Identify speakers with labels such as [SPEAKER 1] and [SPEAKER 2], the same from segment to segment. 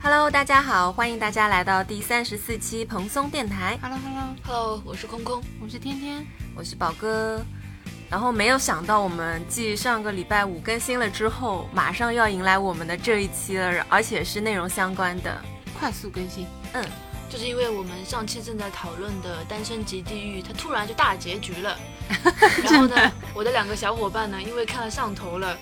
[SPEAKER 1] Hello，大家好，欢迎大家来到第三十四期蓬松电台，
[SPEAKER 2] Hello Hello，
[SPEAKER 3] Hello，我是空空。
[SPEAKER 2] 我是天天。
[SPEAKER 1] 我是宝哥。然后没有想到，我们继上个礼拜五更新了之后，马上要迎来我们的这一期了，而且是内容相关的。
[SPEAKER 2] 快速更新，
[SPEAKER 3] 就是因为我们上期正在讨论的《单身级地狱》，它突然就大结局了。然后呢，我的两个小伙伴呢，因为看了上头了，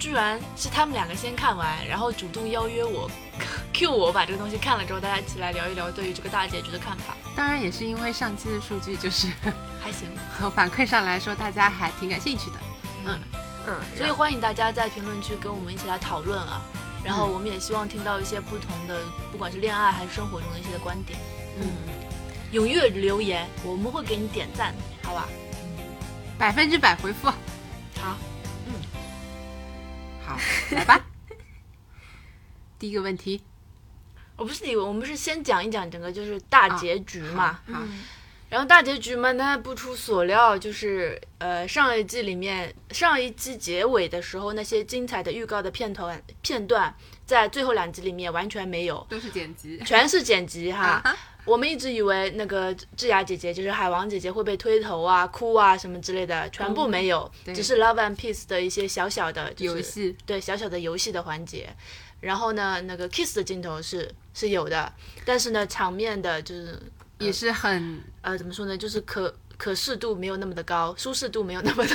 [SPEAKER 3] 居然是他们两个先看完，然后主动邀约我 ，Q 我把这个东西看了之后，大家一起来聊一聊对于这个大结局的看法。
[SPEAKER 2] 当然也是因为上期的数据就是
[SPEAKER 3] 还行，
[SPEAKER 2] 和反馈上来说，大家还挺感兴趣的。
[SPEAKER 3] 嗯，
[SPEAKER 1] 嗯，
[SPEAKER 3] 所以欢迎大家在评论区跟我们一起来讨论啊。然后我们也希望听到一些不同的，不管是恋爱还是生活中的一些观点，
[SPEAKER 1] 嗯，
[SPEAKER 3] 踊跃留言，我们会给你点赞，好吧？
[SPEAKER 2] 百分之百回复。嗯
[SPEAKER 3] 好，
[SPEAKER 2] 好，来吧。 第一个问题，
[SPEAKER 3] 我不是你，我们是先讲一讲整个就是大结局嘛。
[SPEAKER 2] 啊好，
[SPEAKER 1] 嗯
[SPEAKER 3] 然后大结局嘛，那不出所料，就是呃上一季里面上一季结尾的时候那些精彩的预告的片头片段，在最后两集里面完全没有，
[SPEAKER 2] 都是剪辑。
[SPEAKER 3] 全是剪辑哈。
[SPEAKER 2] 啊哈
[SPEAKER 3] 我们一直以为那个智雅姐姐就是海王姐姐会被推头啊、哭啊什么之类的，全部没有，
[SPEAKER 2] 嗯对
[SPEAKER 3] 只是 Love and Peace 的一些小小的、就是、
[SPEAKER 2] 游戏，
[SPEAKER 3] 对小小的游戏的环节。然后呢，那个 kiss 的镜头是是有的，但是呢，场面的就是
[SPEAKER 2] 也是很
[SPEAKER 3] 呃怎么说呢，就是可可视度没有那么的高，舒适度没有那么的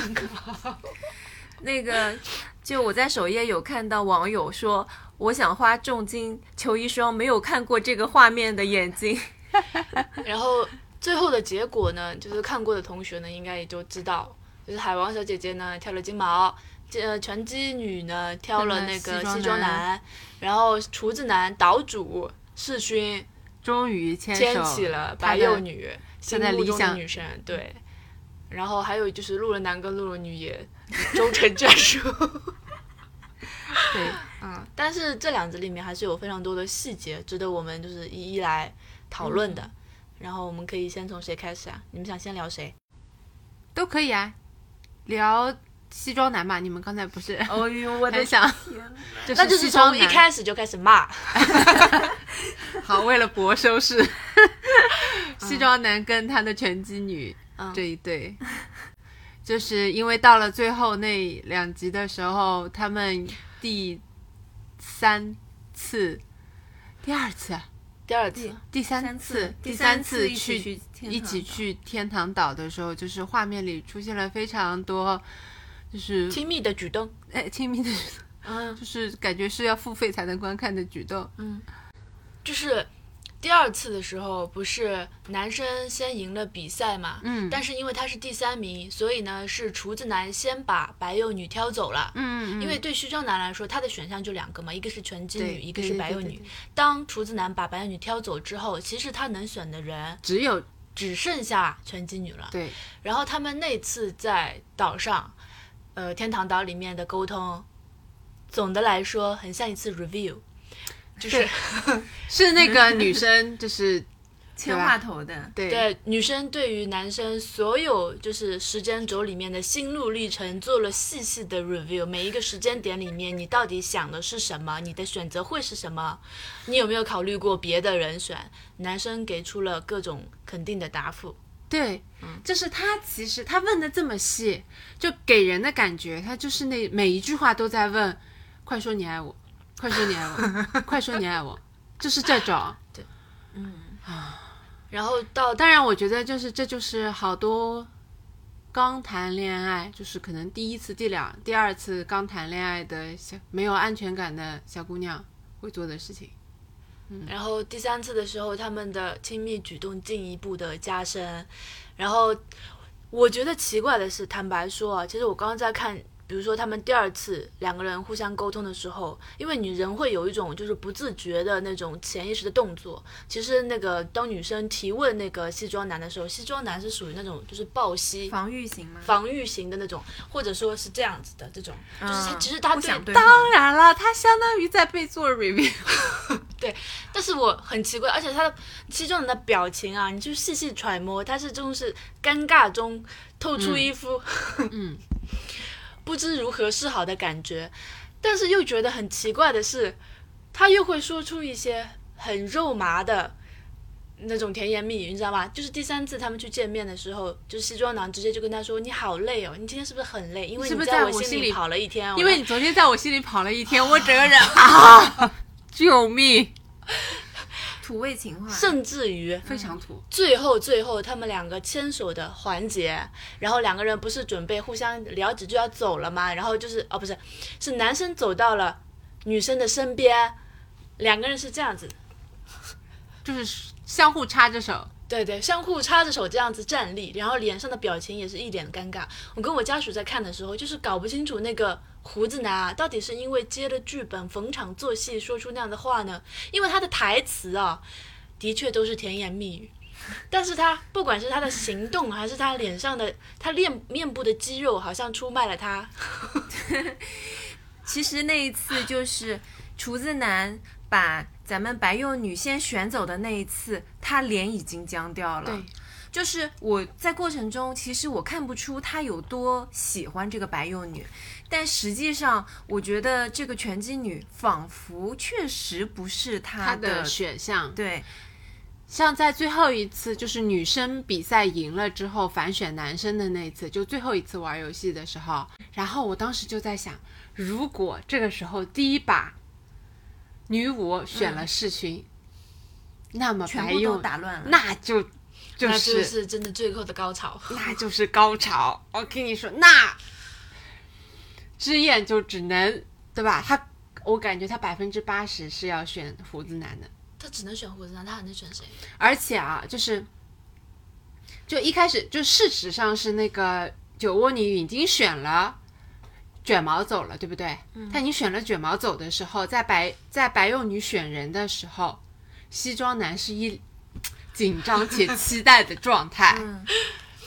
[SPEAKER 3] 高。
[SPEAKER 1] 那个，就我在首页有看到网友说，我想花重金求一双没有看过这个画面的眼睛。
[SPEAKER 3] 然后最后的结果呢，就是看过的同学呢，应该也就知道，就是海王小姐姐呢挑了金毛，这呃拳击女呢挑了那个
[SPEAKER 2] 西装
[SPEAKER 3] 西装男，然后厨子男岛主世勋
[SPEAKER 2] 终于牵手
[SPEAKER 3] 牵起了白幼女，心
[SPEAKER 2] 的
[SPEAKER 3] 目
[SPEAKER 2] 理
[SPEAKER 3] 中的
[SPEAKER 2] 想
[SPEAKER 3] 女神，对。然后还有就是路人男跟路人女也 终成眷属，
[SPEAKER 2] 对，
[SPEAKER 3] 嗯，但是这两集里面还是有非常多的细节值得我们就是一一来讨论的。然后我们可以先从谁开始啊？你们想先聊谁？
[SPEAKER 2] 都可以啊。聊西装男嘛，你们刚才不是
[SPEAKER 1] 哦呦，我
[SPEAKER 2] 很想，就
[SPEAKER 3] 那就是是
[SPEAKER 2] 西装
[SPEAKER 3] 从
[SPEAKER 2] 男
[SPEAKER 3] 一开始就开始骂，
[SPEAKER 2] 好，为了博收视， 西装男跟他的拳击女
[SPEAKER 3] 嗯
[SPEAKER 2] 这一对，就是因为到了最后那两集的时候，他们第三次、第二次、啊
[SPEAKER 3] 第二次，
[SPEAKER 2] 第三
[SPEAKER 1] 三次，
[SPEAKER 2] 第
[SPEAKER 1] 三
[SPEAKER 2] 次
[SPEAKER 1] 一
[SPEAKER 2] 去
[SPEAKER 1] 起去天
[SPEAKER 2] 一
[SPEAKER 1] 堂
[SPEAKER 2] 起
[SPEAKER 1] 岛
[SPEAKER 2] 去天堂岛的时候，就是画面里出现了非常多，就是
[SPEAKER 3] 亲密的举动，
[SPEAKER 2] 哎亲密的，
[SPEAKER 3] 嗯，
[SPEAKER 2] 就是感觉是要付费才能观看的举动。
[SPEAKER 3] 就是第二次的时候，不是男生先赢了比赛嘛，
[SPEAKER 2] 嗯
[SPEAKER 3] 但是因为他是第三名，所以呢是厨子男先把白幼女挑走了。
[SPEAKER 2] 嗯，
[SPEAKER 3] 因为对徐峥男来说，他的选项就两个嘛，一个是拳击
[SPEAKER 2] 对
[SPEAKER 3] 女，一个是白幼
[SPEAKER 2] 对对对
[SPEAKER 3] 女
[SPEAKER 2] 对。
[SPEAKER 3] 当厨子男把白幼女挑走之后，其实他能选的人
[SPEAKER 2] 只有
[SPEAKER 3] 只剩下拳击女了。
[SPEAKER 2] 对
[SPEAKER 3] 然后他们那次在岛上，呃，天堂岛里面的沟通，总的来说很像一次 review，就是
[SPEAKER 2] 是那个女生， 就是哎
[SPEAKER 1] 牵话头的，
[SPEAKER 2] 对
[SPEAKER 3] 对女生对于男生所有就是时间轴里面的心路历程做了细细的 review，每一个时间点里面你到底想的是什么，你的选择会是什么，你有没有考虑过别的人选？男生给出了各种肯定的答复，
[SPEAKER 2] 对，就是他其实他问的这么细，就给人的感觉，他就是那每一句话都在问，快说你爱我，快说你爱 我，快说你爱我，就是这种。
[SPEAKER 3] 然后到
[SPEAKER 2] 当然，我觉得就是这就是好多刚谈恋爱，就是可能第一次、第两、第二次刚谈恋爱的小没有安全感的小姑娘会做的事情。
[SPEAKER 3] 然后第三次的时候，他们的亲密举动进一步的加深。然后我觉得奇怪的是，坦白说啊，其实我刚刚在看，比如说他们第二次两个人互相沟通的时候，因为女人会有一种就是不自觉的那种潜意识的动作。其实那个当女生提问那个西装男的时候，西装男是属于那种就是抱膝
[SPEAKER 1] 防御型吗？
[SPEAKER 3] 防御型的那种，或者说是这样子的这种，就是他
[SPEAKER 1] 嗯
[SPEAKER 3] 其实他
[SPEAKER 1] 不
[SPEAKER 3] 对
[SPEAKER 1] 想对方
[SPEAKER 2] 当然了，她相当于在被做 review。
[SPEAKER 3] 但是我很奇怪，而且他的西装人的表情啊，你就细细揣摩，他是真是尴尬中透出一副
[SPEAKER 2] 嗯
[SPEAKER 3] 不知如何是好的感觉，但是又觉得很奇怪的是，他又会说出一些很肉麻的那种甜言蜜语，你知道吗？就是第三次他们去见面的时候，就是西装男直接就跟他说：“你好累哦，你今天是不是很累？因为
[SPEAKER 2] 是不是
[SPEAKER 3] 在
[SPEAKER 2] 在我
[SPEAKER 3] 心
[SPEAKER 2] 心
[SPEAKER 3] 里
[SPEAKER 2] 里
[SPEAKER 3] 跑了一天哦。”
[SPEAKER 2] 因为你昨天在我心里跑了一天，我整个人啊， 救命，
[SPEAKER 1] 土味情话，
[SPEAKER 3] 甚至于
[SPEAKER 2] 非常土。
[SPEAKER 3] 最后最后他们两个牵手的环节，然后两个人不是准备互相聊几句要走了吗？然后就是哦，不是，是男生走到了女生的身边，两个人是这样子，
[SPEAKER 2] 就是相互插着手，
[SPEAKER 3] 对对，相互插着手这样子站立，然后脸上的表情也是一脸尴尬。我跟我家属在看的时候，就是搞不清楚那个胡子男啊，到底是因为接了剧本逢场作戏说出那样的话呢？因为他的台词啊，的确都是甜言蜜语， 但是他不管是他的行动，还是他脸上的他脸面部的肌肉，好像出卖了他。
[SPEAKER 1] 其实那一次就是厨子男把咱们白幼女先选走的那一次，他脸已经僵掉了
[SPEAKER 2] 对。
[SPEAKER 1] 就是我在过程中，其实我看不出他有多喜欢这个白幼女，但实际上，我觉得这个拳击女仿佛确实不是他
[SPEAKER 2] 他
[SPEAKER 1] 的
[SPEAKER 2] 的选项。
[SPEAKER 1] 对
[SPEAKER 2] 像在最后一次，就是女生比赛赢了之后反选男生的那一次，就最后一次玩游戏的时候，然后我当时就在想，如果这个时候第一把女五选了世勋，那么
[SPEAKER 1] 全
[SPEAKER 2] 白
[SPEAKER 1] 部都
[SPEAKER 2] 幼
[SPEAKER 1] 打乱了。
[SPEAKER 2] 那就就
[SPEAKER 3] 那就是是真的最后的高潮。
[SPEAKER 2] 那就是高潮。我跟你说，那之燕就只能对吧？她我感觉她百分之八十是要选胡子男的。
[SPEAKER 3] 他只能选胡子男，他还能选谁？
[SPEAKER 2] 而且啊，就是就一开始就事实上是那个酒窝女已经选了卷毛走了，对不对？嗯、他已经选了卷毛走的时候，在白在白幼女选人的时候，西装男是一紧张且期待的状态。
[SPEAKER 1] 嗯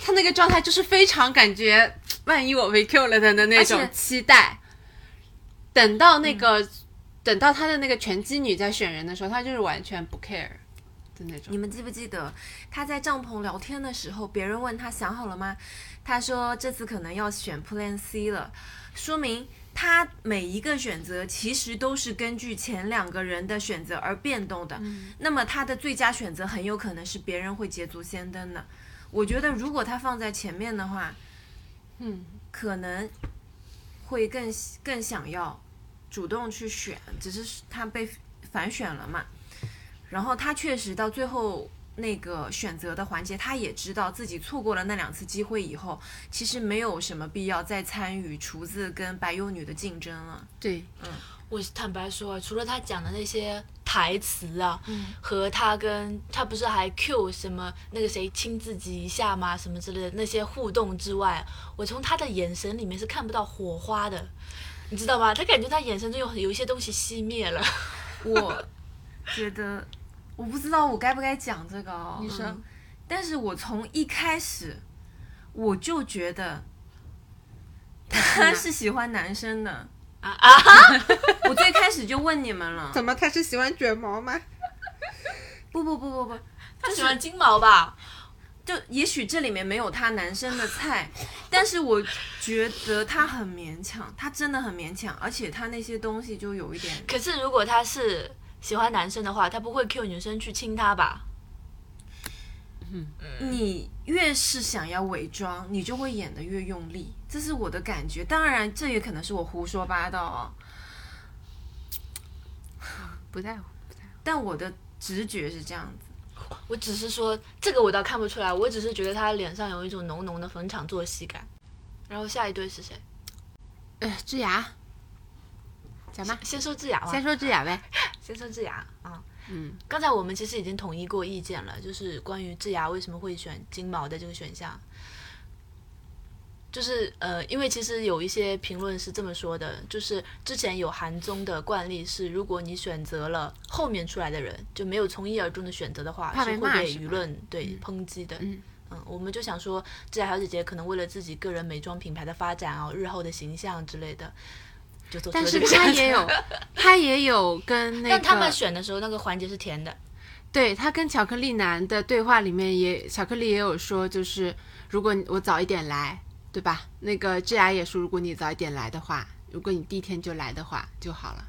[SPEAKER 2] 他那个状态就是非常感觉，万一我被 Q 了的的那种
[SPEAKER 1] 而且
[SPEAKER 2] 期待。等到那个，等到他的那个拳击女在选人的时候，他就是完全不 care 的那种。
[SPEAKER 1] 你们记不记得他在帐篷聊天的时候，别人问他想好了吗？他说这次可能要选 Plan C 了，说明他每一个选择其实都是根据前两个人的选择而变动的。那么他的最佳选择很有可能是别人会捷足先登的。我觉得如果他放在前面的话，
[SPEAKER 2] 嗯，
[SPEAKER 1] 可能会更更想要主动去选，只是他被反选了嘛。然后他确实到最后那个选择的环节，他也知道自己错过了那两次机会以后，其实没有什么必要再参与厨子跟白幼女的竞争了。
[SPEAKER 2] 对，
[SPEAKER 3] 我坦白说，啊除了他讲的那些台词啊，和他跟他不是还 Q 什么那个谁亲自己一下吗？什么之类的那些互动之外，我从他的眼神里面是看不到火花的，你知道吗？他感觉他眼神中有有一些东西熄灭了。
[SPEAKER 1] 我觉得我不知道我该不该讲这个哦。
[SPEAKER 2] 你说
[SPEAKER 1] 嗯但是我从一开始我就觉得
[SPEAKER 2] 啊
[SPEAKER 1] 他是喜欢男生的。
[SPEAKER 3] 啊啊！
[SPEAKER 1] 我最开始就问你们了，
[SPEAKER 2] 怎么他是喜欢卷毛吗？
[SPEAKER 1] 不不不不不，
[SPEAKER 3] 他喜欢金毛吧？
[SPEAKER 1] 就也许这里面没有他男生的菜，但是我觉得他很勉强，他真的很勉强，而且他那些东西就有一点，
[SPEAKER 3] 可是如果他是喜欢男生的话，他不会 Q 女生去亲他吧？
[SPEAKER 1] 你越是想要伪装，你就会演得越用力，这是我的感觉。当然，这也可能是我胡说八道啊、
[SPEAKER 2] 不在乎。
[SPEAKER 1] 但我的直觉是这样子。
[SPEAKER 3] 我只是说这个我倒看不出来，我只是觉得他脸上有一种浓浓的逢场作戏感。然后下一对是谁？
[SPEAKER 2] 呃，智雅，讲吧，
[SPEAKER 3] 先说智雅吧，
[SPEAKER 2] 先说智雅呗。
[SPEAKER 3] 先说智雅啊。
[SPEAKER 2] 嗯，
[SPEAKER 3] 刚才我们其实已经统一过意见了，就是关于智雅为什么会选金毛的这个选项。就是呃，因为其实有一些评论是这么说的，就是之前有韩综的惯例是，如果你选择了后面出来的人，就没有从一而终的选择的话，
[SPEAKER 2] 怕被
[SPEAKER 3] 是会
[SPEAKER 2] 骂
[SPEAKER 3] 被
[SPEAKER 2] 是吧
[SPEAKER 3] 舆论对抨击的。
[SPEAKER 2] 嗯
[SPEAKER 3] 嗯，我们就想说，智雅小姐姐可能为了自己个人美妆品牌的发展啊、日后的形象之类的，就做出
[SPEAKER 2] 但
[SPEAKER 3] 了
[SPEAKER 2] 是
[SPEAKER 3] 这个
[SPEAKER 2] 他
[SPEAKER 3] 选择
[SPEAKER 2] 也 有，他也有跟那个，
[SPEAKER 3] 但他们选的时候那个环节是甜的，
[SPEAKER 2] 对他跟巧克力男的对话里面也，巧克力也有说，就是如果我早一点来，对吧？那个智雅也说，如果你早一点来的话，如果你第一天就来的话就好了。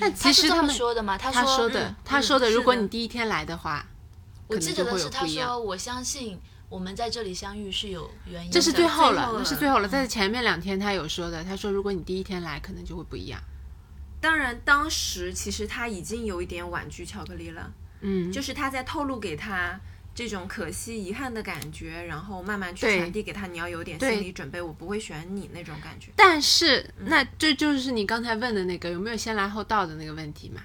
[SPEAKER 2] 但
[SPEAKER 3] 他
[SPEAKER 2] 其
[SPEAKER 3] 是
[SPEAKER 2] 实
[SPEAKER 3] 这
[SPEAKER 2] 他
[SPEAKER 3] 么
[SPEAKER 2] 们
[SPEAKER 3] 说的吗？他
[SPEAKER 2] 他说的
[SPEAKER 3] 嗯，
[SPEAKER 2] 他
[SPEAKER 1] 嗯
[SPEAKER 2] 说的，
[SPEAKER 1] 是
[SPEAKER 2] 如果
[SPEAKER 1] 的
[SPEAKER 2] 你第一天来的话，
[SPEAKER 3] 我
[SPEAKER 2] 可能
[SPEAKER 3] 记
[SPEAKER 2] 就
[SPEAKER 3] 得
[SPEAKER 2] 会有
[SPEAKER 3] 的是
[SPEAKER 2] 不
[SPEAKER 3] 他
[SPEAKER 2] 一样。
[SPEAKER 3] 说，我相信我们在这里相遇是有原因的。
[SPEAKER 2] 这是最后
[SPEAKER 1] 最
[SPEAKER 2] 了
[SPEAKER 1] 后，
[SPEAKER 2] 那是
[SPEAKER 1] 了
[SPEAKER 2] 最后了。在前面两天他有说的，他说如果你第一天来，可能就会不一样。
[SPEAKER 1] 当然，当时其实他已经有一点婉拒巧克力了，
[SPEAKER 2] 嗯，
[SPEAKER 1] 就是他在透露给他这种可惜、遗憾的感觉，然后慢慢去
[SPEAKER 2] 对
[SPEAKER 1] 传递给他，你要有点
[SPEAKER 2] 对
[SPEAKER 1] 心理准备，我不会选你那种感觉。
[SPEAKER 2] 但是
[SPEAKER 1] 嗯
[SPEAKER 2] 那这就是你刚才问的那个有没有先来后到的那个问题嘛？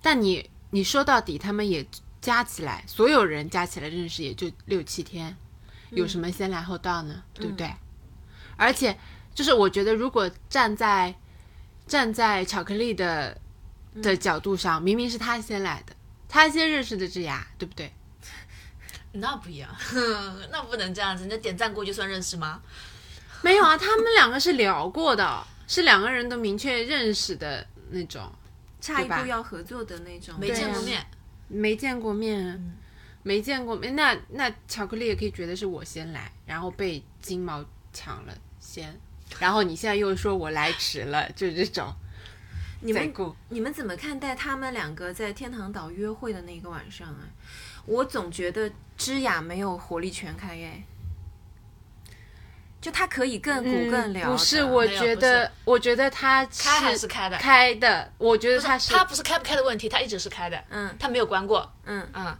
[SPEAKER 2] 但你你说到底，他们也加起来，所有人加起来认识也就六七天，
[SPEAKER 1] 嗯
[SPEAKER 2] 有什么先来后到呢？对不对？而且就是我觉得，如果站在站在巧克力的
[SPEAKER 1] 嗯
[SPEAKER 2] 的角度上，明明是他先来的，他先认识的智雅，对不对？
[SPEAKER 3] 那不一样， 那不能这样子，那点赞过就算认识吗？
[SPEAKER 2] 没有啊，他们两个是聊过的，是两个人都明确认识的那种。
[SPEAKER 1] 差一
[SPEAKER 2] 对吧
[SPEAKER 1] 步要合作的那种，
[SPEAKER 3] 没
[SPEAKER 2] 对
[SPEAKER 3] 见过
[SPEAKER 2] 啊
[SPEAKER 3] 面，
[SPEAKER 2] 没见过面，
[SPEAKER 1] 嗯
[SPEAKER 2] 没见过面，那那巧克力也可以觉得是我先来，然后被金毛抢了先，然后你现在又说我来迟了，就是这种
[SPEAKER 1] 你
[SPEAKER 2] 在
[SPEAKER 1] 们
[SPEAKER 2] 顾。
[SPEAKER 1] 你们怎么看待他们两个在天堂岛约会的那个晚上啊？我总觉得芝雅没有活力全开哎，就她可以更
[SPEAKER 2] 嗯
[SPEAKER 1] 骨更聊的、
[SPEAKER 2] 不是，我
[SPEAKER 3] 没有
[SPEAKER 2] 觉
[SPEAKER 3] 不
[SPEAKER 2] 得
[SPEAKER 3] 是，
[SPEAKER 2] 我觉得他
[SPEAKER 3] 开还是开的？
[SPEAKER 2] 开的，我觉得
[SPEAKER 3] 不是
[SPEAKER 2] 他是
[SPEAKER 3] 他不是开不开的问题，他一直是开的，
[SPEAKER 1] 嗯
[SPEAKER 3] 他没有关过，
[SPEAKER 1] 嗯，
[SPEAKER 3] 嗯，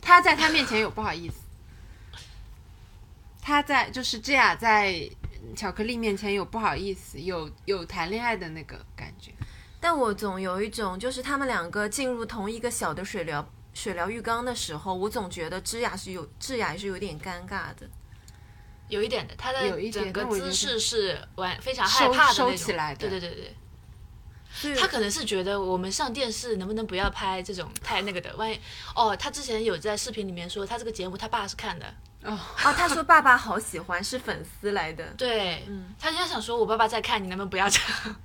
[SPEAKER 2] 他在他面前有不好意思，他在就是这样在巧克力面前有不好意思，有有谈恋爱的那个感觉。
[SPEAKER 1] 但我总有一种就是他们两个进入同一个小的水疗水疗浴缸的时候，我总觉得芝雅是有智雅是有点尴尬的，
[SPEAKER 3] 有一点的，他
[SPEAKER 2] 有一点
[SPEAKER 3] 的整个
[SPEAKER 2] 但我觉得
[SPEAKER 3] 姿势是完非常
[SPEAKER 2] 收
[SPEAKER 3] 害怕的那种，
[SPEAKER 2] 收起来的
[SPEAKER 3] 对对对对，
[SPEAKER 1] 所以
[SPEAKER 3] 他可能是觉得我们上电视能不能不要拍这种太那个的，万一哦，他之前有在视频里面说他这个节目他爸是看的，
[SPEAKER 2] 哦，
[SPEAKER 1] 哦，他说爸爸好喜欢，是粉丝来的，
[SPEAKER 3] 对，嗯，他就想说我爸爸在看，你能不能不要这样？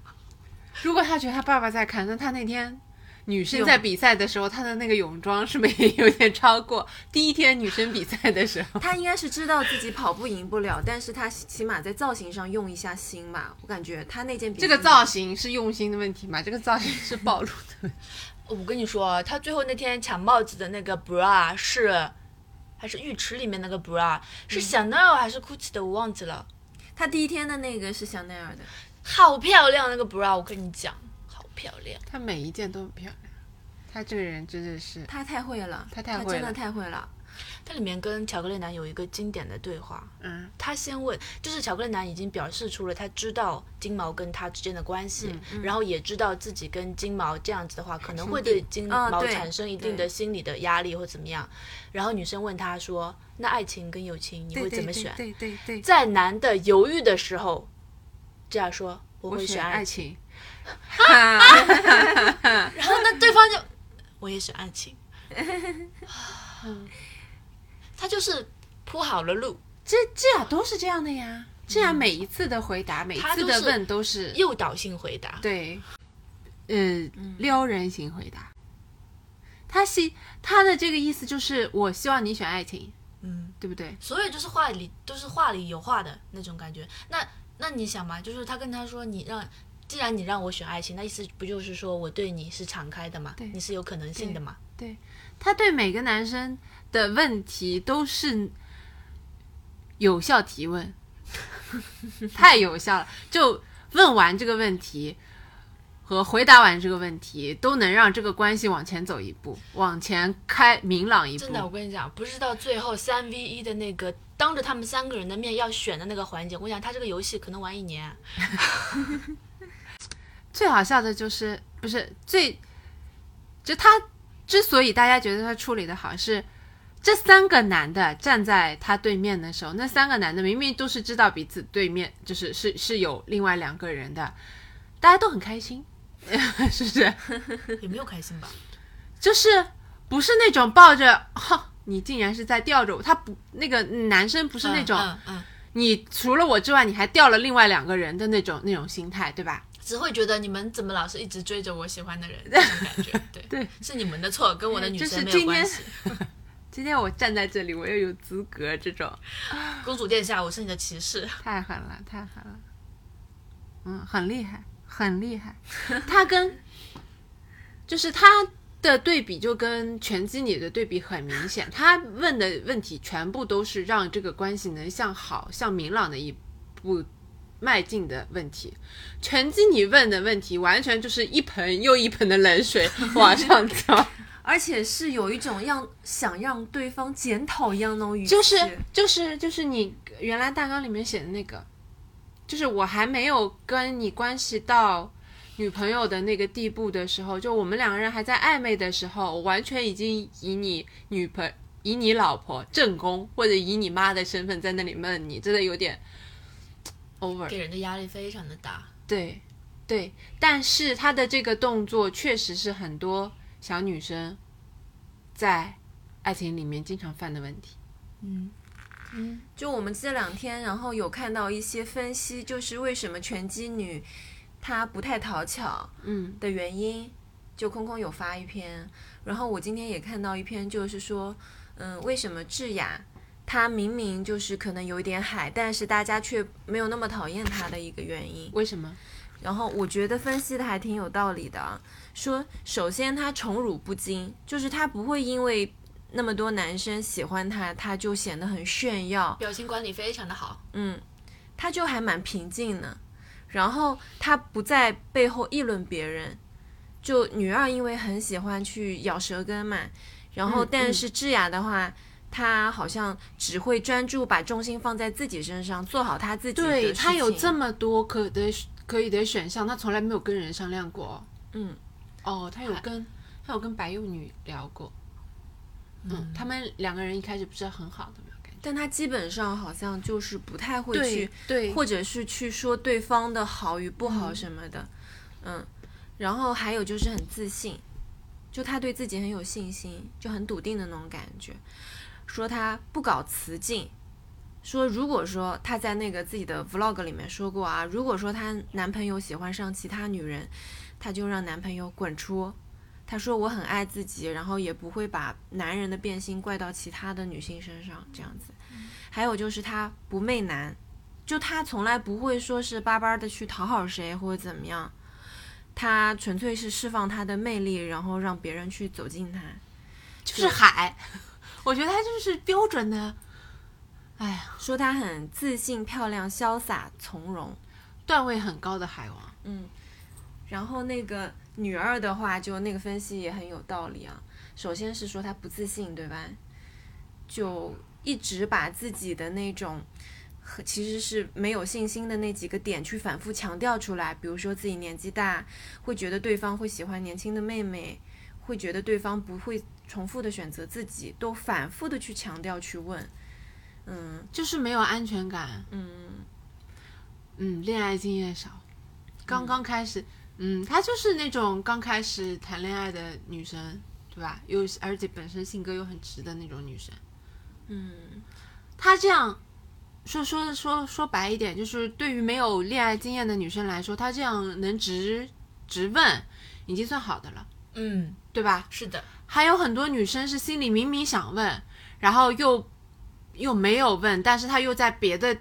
[SPEAKER 2] 如果他觉得他爸爸在看，那他那天女生
[SPEAKER 1] 泳
[SPEAKER 2] 在比赛的时候，她的那个泳装是不是也有点超过第一天女生比赛的时候？
[SPEAKER 1] 他应该是知道自己跑步赢不了，但是他起码在造型上用一下心吧，我感觉他那件比基
[SPEAKER 2] 这
[SPEAKER 1] 尼
[SPEAKER 2] 个造型是用心的问题吗？这个造型是暴露的问题。
[SPEAKER 3] 我跟你说，他最后那天抢帽子的那个 bra 是。还是浴池里面那个 bra 是 Chanel 还是 Gucci 的，我忘记了。
[SPEAKER 1] 他第一天的那个是香奈儿的，
[SPEAKER 3] 好漂亮那个 bra，我跟你讲，好漂亮。
[SPEAKER 2] 她每一件都很漂亮，她这个人真的是
[SPEAKER 1] 他太会了，
[SPEAKER 2] 他太会了
[SPEAKER 1] 真的太会 了。
[SPEAKER 3] 它里面跟巧克力男有一个经典的对话，
[SPEAKER 2] 嗯，
[SPEAKER 3] 他先问，就是巧克力男已经表示出了他知道金毛跟他之间的关系，
[SPEAKER 2] 嗯
[SPEAKER 3] 然后也知道自己跟金毛这样子的话，可能会对金
[SPEAKER 2] 嗯
[SPEAKER 1] 啊
[SPEAKER 3] 毛
[SPEAKER 1] 对
[SPEAKER 3] 产生一定的
[SPEAKER 1] 对
[SPEAKER 3] 心理的压力或怎么样。然后女生问他说：“那爱情跟友情你会怎么选
[SPEAKER 2] 对对对？”对，
[SPEAKER 3] 在男的犹豫的时候，这样说：“我
[SPEAKER 2] 我
[SPEAKER 3] 会
[SPEAKER 2] 选
[SPEAKER 3] 选
[SPEAKER 2] 爱
[SPEAKER 3] 爱情。
[SPEAKER 2] 情。 哈，
[SPEAKER 3] 然后那对方就：“我也选 爱情。啊
[SPEAKER 2] 嗯”
[SPEAKER 3] 他就是铺好了路，
[SPEAKER 2] 这这啊样都是这样的呀。这样每一次的回答，每一
[SPEAKER 3] 她
[SPEAKER 2] 次
[SPEAKER 3] 嗯都
[SPEAKER 2] 的
[SPEAKER 3] 是
[SPEAKER 2] 问都是
[SPEAKER 3] 诱导性回答。
[SPEAKER 2] 对，
[SPEAKER 3] 嗯
[SPEAKER 2] 呃，撩人型回答。他希他的这个意思就是，我希望你选爱情，
[SPEAKER 3] 嗯。
[SPEAKER 2] 对不对？
[SPEAKER 3] 所有就是话里都是话里有话的那种感觉。那那你想嘛，就是他跟他说你让，既然你让我选爱情，那意思不就是说我对你是敞开的嘛
[SPEAKER 2] 对，
[SPEAKER 3] 你是有可能性的嘛？
[SPEAKER 2] 他对每个男生的问题都是有效提问， 太有效了。就问完这个问题和回答完这个问题，都能让这个关系往前走一步，往前开明朗一步。
[SPEAKER 3] 真的，我跟你讲，不是到最后三 v 一的那个当着他们三个人的面要选的那个环节，我想他这个游戏可能玩一年。
[SPEAKER 2] 最好笑的就是不是最，就他之所以大家觉得他处理的好是。这三个男的站在他对面的时候，那三个男的明明都是知道彼此对面就是是是有另外两个人的，大家都很开心， 是不是？
[SPEAKER 3] 也没有开心吧？
[SPEAKER 2] 就是不是那种抱着哈、你竟然是在吊着我，他不那个男生 不是那种、
[SPEAKER 3] 嗯嗯嗯，
[SPEAKER 2] 你除了我之外你还吊了另外两个人的那种那种心态，对吧？
[SPEAKER 3] 只会觉得你们怎么老是一直追着我喜欢的人这种感 觉，对，
[SPEAKER 2] 对
[SPEAKER 3] 是你们的错，跟我的女
[SPEAKER 2] 就是
[SPEAKER 3] 生没
[SPEAKER 2] 今
[SPEAKER 3] 有关
[SPEAKER 2] 天
[SPEAKER 3] 系。
[SPEAKER 2] 今天我站在这里，我又有资格这种。
[SPEAKER 3] 公主殿下，我是你的 骑士。
[SPEAKER 2] 太狠了，太狠了，嗯，很厉害，很厉害。他跟就是他的对比就跟拳击你的对比很明显，他问的问题全部都是让这个关系能向好、向明朗的一步迈进的问题。拳击你问的问题完全就是一盆又一盆的冷水往上浇，
[SPEAKER 1] 而且是有一种让想让对方检讨一样那种语气，
[SPEAKER 2] 就是就是就是你原来大纲里面写的那个，就是我还没有跟你关系到女朋友的那个地步的时候，就我们两个人还在暧昧的时候，我完全已经以你女朋以你老婆正宫或者以你妈的身份在那里闷你，真的有点 over。
[SPEAKER 3] 给人的压力非常的大。
[SPEAKER 2] 对，对，但是他的这个动作确实是很多小女生在爱情里面经常犯的问题。
[SPEAKER 3] 嗯，
[SPEAKER 1] 就我们这两天，然后有看到一些分析，就是为什么拳击女她不太讨巧
[SPEAKER 2] 嗯
[SPEAKER 1] 的原因。就空空有发一篇，然后我今天也看到一篇，就是说，嗯，为什么智雅她明明就是可能有一点海，但是大家却没有那么讨厌她的一个原因。
[SPEAKER 2] 为什么？
[SPEAKER 1] 然后我觉得分析的还挺有道理的啊，说首先她宠辱不惊，就是她不会因为那么多男生喜欢她，她就显得很炫耀，
[SPEAKER 3] 表情管理非常的好。
[SPEAKER 1] 嗯，她就还蛮平静的。然后她不在背后议论别人，就女二因为很喜欢去咬舌根嘛，然后
[SPEAKER 2] 嗯
[SPEAKER 1] 但
[SPEAKER 2] 嗯
[SPEAKER 1] 是智雅的话。她好像只会专注把重心放在自己身上，做好她自己的事
[SPEAKER 2] 对
[SPEAKER 1] 情。
[SPEAKER 2] 他有这么多可的可以的选项，他从来没有跟人商量过。
[SPEAKER 1] 嗯，
[SPEAKER 2] 哦，他有跟他有跟白幼女聊过。嗯，他们两个人一开始不是很好的吗？感觉
[SPEAKER 1] 但她基本上好像就是不太会去
[SPEAKER 2] 对对，
[SPEAKER 1] 或者是去说对方的好与不好什么的，嗯然后还有就是很自信，就他对自己很有信心，就很笃定的那种感觉。说他不搞雌竞，说如果说他在那个自己的 vlog 里面说过啊，如果说她男朋友喜欢上其他女人，她就让男朋友滚出。她说我很爱自己，然后也不会把男人的变心怪到其他的女性身上，这样子。还有就是她不媚男，就他从来不会说是巴巴的去讨好谁或者怎么样，他纯粹是释放他的魅力，然后让别人去走近他。
[SPEAKER 2] 就是海。 我觉得他就是标准的，哎呀，
[SPEAKER 1] 说他很自信、漂亮、潇洒、从容。
[SPEAKER 2] 段位很高的海王。
[SPEAKER 1] 嗯，然后那个女二的话，就那个分析也很有道理啊。首先是说她不自信，对吧？就一直把自己的那种和其实是没有信心的那几个点去反复强调出来，比如说自己年纪大，会觉得对方会喜欢年轻的妹妹，会觉得对方不会重复的选择自己，都反复的去强调去问。嗯
[SPEAKER 2] 就是没有安全感，
[SPEAKER 1] 嗯，
[SPEAKER 2] 嗯，恋爱经验少，刚刚开始，嗯，她就是那种刚开始谈恋爱的女生，对吧？又而且本身性格又很直的那种女生，
[SPEAKER 1] 嗯，
[SPEAKER 2] 她这样说说说说白一点，就是对于没有恋爱经验的女生来说，她这样能直直问，已经算好的了，
[SPEAKER 3] 嗯，
[SPEAKER 2] 对吧？
[SPEAKER 3] 是的，
[SPEAKER 2] 还有很多女生是心里明明想问，然后又又没有问，但是她又在别的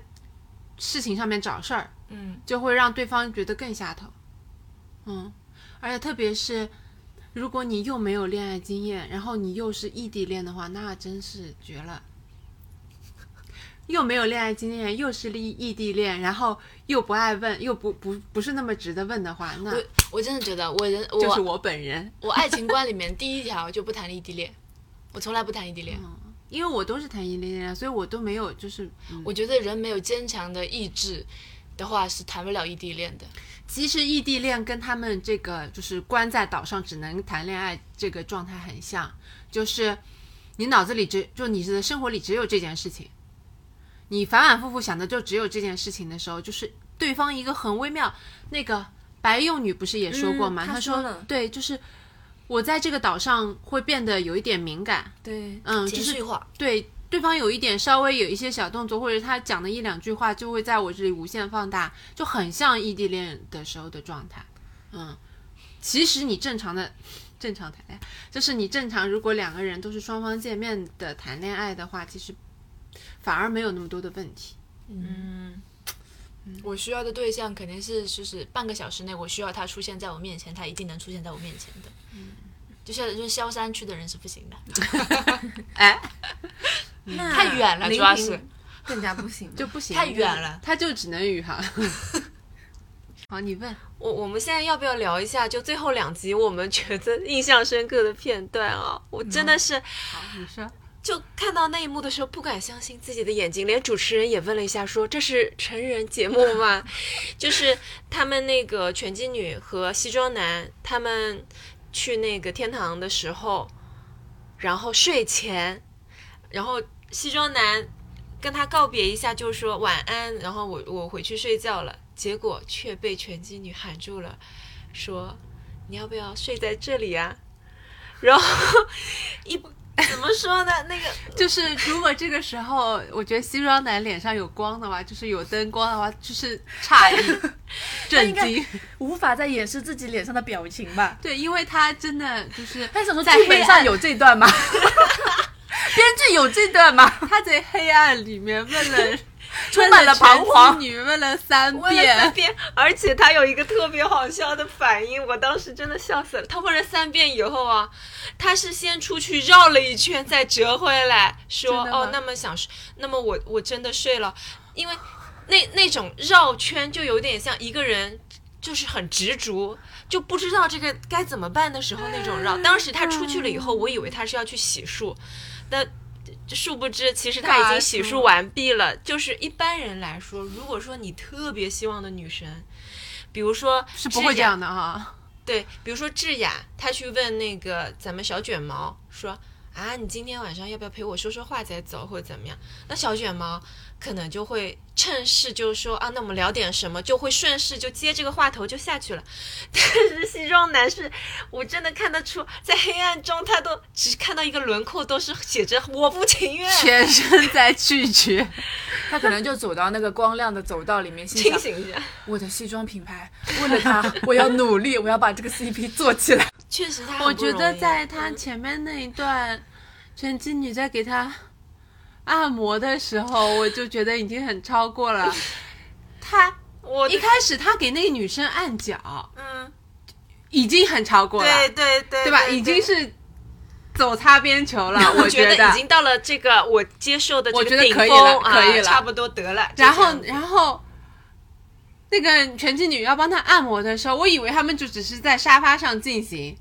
[SPEAKER 2] 事情上面找事儿，
[SPEAKER 3] 嗯，
[SPEAKER 2] 就会让对方觉得更下头。嗯，而且特别是如果你又没有恋爱经验，然后你又是异地恋的话，那真是绝了。又没有恋爱经验，又是异异地恋，然后又不爱问，又不不不是那么值得问的话，那
[SPEAKER 3] 我我真的觉得我人我、
[SPEAKER 2] 就是我本人。
[SPEAKER 3] 我爱情观里面第一条就不谈异地恋，我从来不谈异地恋。
[SPEAKER 4] 嗯
[SPEAKER 2] 因为我都是谈异地恋，啊所以我都没有就是
[SPEAKER 4] 嗯
[SPEAKER 3] 我觉得人没有坚强的意志的话，是谈不了异地恋的。
[SPEAKER 2] 其实异地恋跟他们这个就是关在岛上只能谈恋爱这个状态很像，就是你脑子里只就你的生活里只有这件事情，你反反复复想的就只有这件事情的时候，就是对方一个很微妙。那个白幼女不是也说过吗？
[SPEAKER 1] 嗯
[SPEAKER 2] 她
[SPEAKER 1] 她说了
[SPEAKER 2] 对，就是我在这个岛上会变得有一点敏感，
[SPEAKER 1] 对，
[SPEAKER 2] 嗯，就
[SPEAKER 3] 情
[SPEAKER 2] 是
[SPEAKER 3] 绪化，
[SPEAKER 2] 对对方有一点稍微有一些小动作，或者他讲的一两句话，就会在我这里无限放大，就很像异地恋的时候的状态。嗯，其实你正常的正常谈恋爱，就是你正常如果两个人都是双方见面的谈恋爱的话，其实反而没有那么多的问题。
[SPEAKER 1] 嗯，
[SPEAKER 3] 我需要的对象肯定是就是半个小时内，我需要他出现在我面前，他一定能出现在我面前的。
[SPEAKER 4] 嗯
[SPEAKER 3] 就像就是萧山区的人是不行的，
[SPEAKER 2] 哎，
[SPEAKER 1] 那
[SPEAKER 3] 太远了，主要是
[SPEAKER 1] 临平更加不 行了。
[SPEAKER 2] 就不行，
[SPEAKER 3] 太远了，
[SPEAKER 2] 他就只能宇航。 好，你问，
[SPEAKER 1] 我我们现在要不要聊一下？就最后两集我们觉得印象深刻的片段啊！我真的是
[SPEAKER 2] 好，你说，
[SPEAKER 1] 就看到那一幕的时候，不敢相信自己的眼睛，连主持人也问了一下说，这是成人节目 吗？就是他们那个拳击女和西装男，他们去那个天堂的时候，然后睡前，然后西装男跟他告别一下，就说晚安，然后我我回去睡觉了，结果却被拳击女喊住了，说你要不要睡在这里啊？然后一怎么说呢？那个
[SPEAKER 2] 就是如果这个时候，我觉得西装男脸上有光的话，就是有灯光的话，就是诧 异、震
[SPEAKER 4] 应该
[SPEAKER 2] 惊。
[SPEAKER 4] 无法再掩饰自己脸上的表情吧？
[SPEAKER 2] 对，因为他真的 就是
[SPEAKER 4] 他想说
[SPEAKER 2] 在
[SPEAKER 4] 剧
[SPEAKER 2] 黑
[SPEAKER 4] 本上
[SPEAKER 2] 暗，
[SPEAKER 4] 有这 段吗？编剧有这段吗？
[SPEAKER 2] 他在黑暗里面问 了，
[SPEAKER 4] 充满了彷徨
[SPEAKER 2] 问了全职女问了三
[SPEAKER 1] 问了三
[SPEAKER 2] 遍，
[SPEAKER 1] 遍，而且他有一个特别好笑的反应，我当时真的笑死了。他问了三遍以后啊，他是先出去绕了一圈，再折回来说：“
[SPEAKER 2] 真的吗
[SPEAKER 1] 哦，那么想睡，那么我我真的睡了。”因为那那种绕圈就有点像一个人。就是很执着，就不知道这个该怎么办的时候那种绕。当时他出去了以后，我以为他是要去洗漱，但殊不知，其实他已经洗漱完毕了。就是一般人来说，如果说你特别希望的女神，比如说
[SPEAKER 2] 是不会
[SPEAKER 1] 智雅
[SPEAKER 2] 这样的哈。
[SPEAKER 1] 对，比如说智雅，她去问那个咱们小卷毛说啊，你今天晚上要不要陪我说说话再走，或者怎么样？那小卷毛可能就会趁势就说啊，那我们聊点什么，就会顺势就接这个话头就下去了。 但是西装男是，我真的看得出，在黑暗中他都只看到一个轮廓，都是写着我不情愿。
[SPEAKER 2] 全身在拒 绝，
[SPEAKER 4] 他可能就走到那个光亮的走道里面，心
[SPEAKER 1] 清
[SPEAKER 4] 想
[SPEAKER 1] 醒一下，
[SPEAKER 4] 我的西装品牌，为了 他，我要努力，我要把这个 CP 做起来。
[SPEAKER 1] 确实他很
[SPEAKER 2] 我
[SPEAKER 1] 不
[SPEAKER 2] 觉
[SPEAKER 1] 容
[SPEAKER 2] 得
[SPEAKER 1] 易
[SPEAKER 2] 在他前面那一段，拳击女在给他按摩的时候，我就觉得已经很超过了。 他
[SPEAKER 1] 我
[SPEAKER 2] 一开始他给那个女生按脚，
[SPEAKER 1] 嗯，
[SPEAKER 2] 已经很超过了，
[SPEAKER 1] 对对对，
[SPEAKER 2] 对吧？
[SPEAKER 1] 对
[SPEAKER 2] 已经是走擦边 球了，
[SPEAKER 1] 我
[SPEAKER 2] 觉
[SPEAKER 1] 得已经到了这个我接受的这
[SPEAKER 2] 我
[SPEAKER 1] 个
[SPEAKER 2] 觉得
[SPEAKER 1] 顶
[SPEAKER 2] 可以
[SPEAKER 1] 峰
[SPEAKER 2] 了可以
[SPEAKER 1] 啊，
[SPEAKER 2] 了
[SPEAKER 1] 差不多得了。就
[SPEAKER 2] 然后
[SPEAKER 1] 这，样
[SPEAKER 2] 然后那个拳击女要帮他按摩的时候，我以为他们就只是在沙发上进行，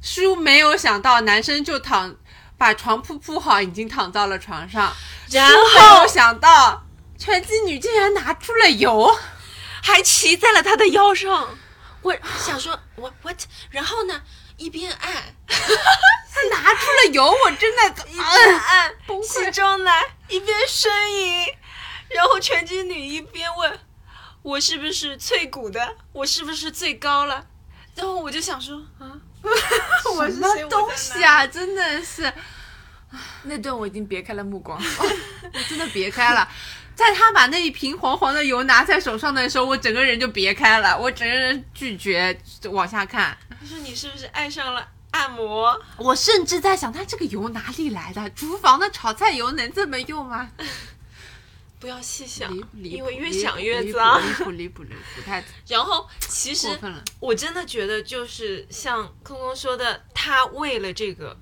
[SPEAKER 2] 殊没有想到男生就躺把床铺铺好，已经躺到了床上。
[SPEAKER 1] 然
[SPEAKER 2] 殊没有
[SPEAKER 1] 后
[SPEAKER 2] 想到拳击女竟然拿出了油，
[SPEAKER 1] 还骑在了他的腰上，我想说，我 what？然后呢，一边按
[SPEAKER 2] 她拿出了油，我 真的，
[SPEAKER 1] 一边
[SPEAKER 2] 嗯、
[SPEAKER 1] 按
[SPEAKER 2] 崩溃
[SPEAKER 1] 西装男，一边呻吟，然后拳击女一边问我是不是脆骨的，我是不是最高了？然后我就想说啊，我
[SPEAKER 2] 什
[SPEAKER 1] 是谁
[SPEAKER 2] 么东西？啊，真的是。
[SPEAKER 4] 那段我已经别开了目光，
[SPEAKER 2] 真的别开了。在他把那一瓶黄黄的油拿在手上的时候，我整个人就别开了，我整个人拒绝往下看。
[SPEAKER 1] 他说你是不是爱上了按摩？
[SPEAKER 2] 我甚至在想，他这个油哪里来的？厨房的炒菜油能这么用吗？
[SPEAKER 1] 不要细想
[SPEAKER 2] 离，离谱
[SPEAKER 1] 因为越想越
[SPEAKER 2] 离谱
[SPEAKER 1] 脏。
[SPEAKER 2] 离谱离谱离谱，太
[SPEAKER 1] 然后其实
[SPEAKER 2] 过分了。
[SPEAKER 1] 我真的觉得，就是像空空说的，他为了这个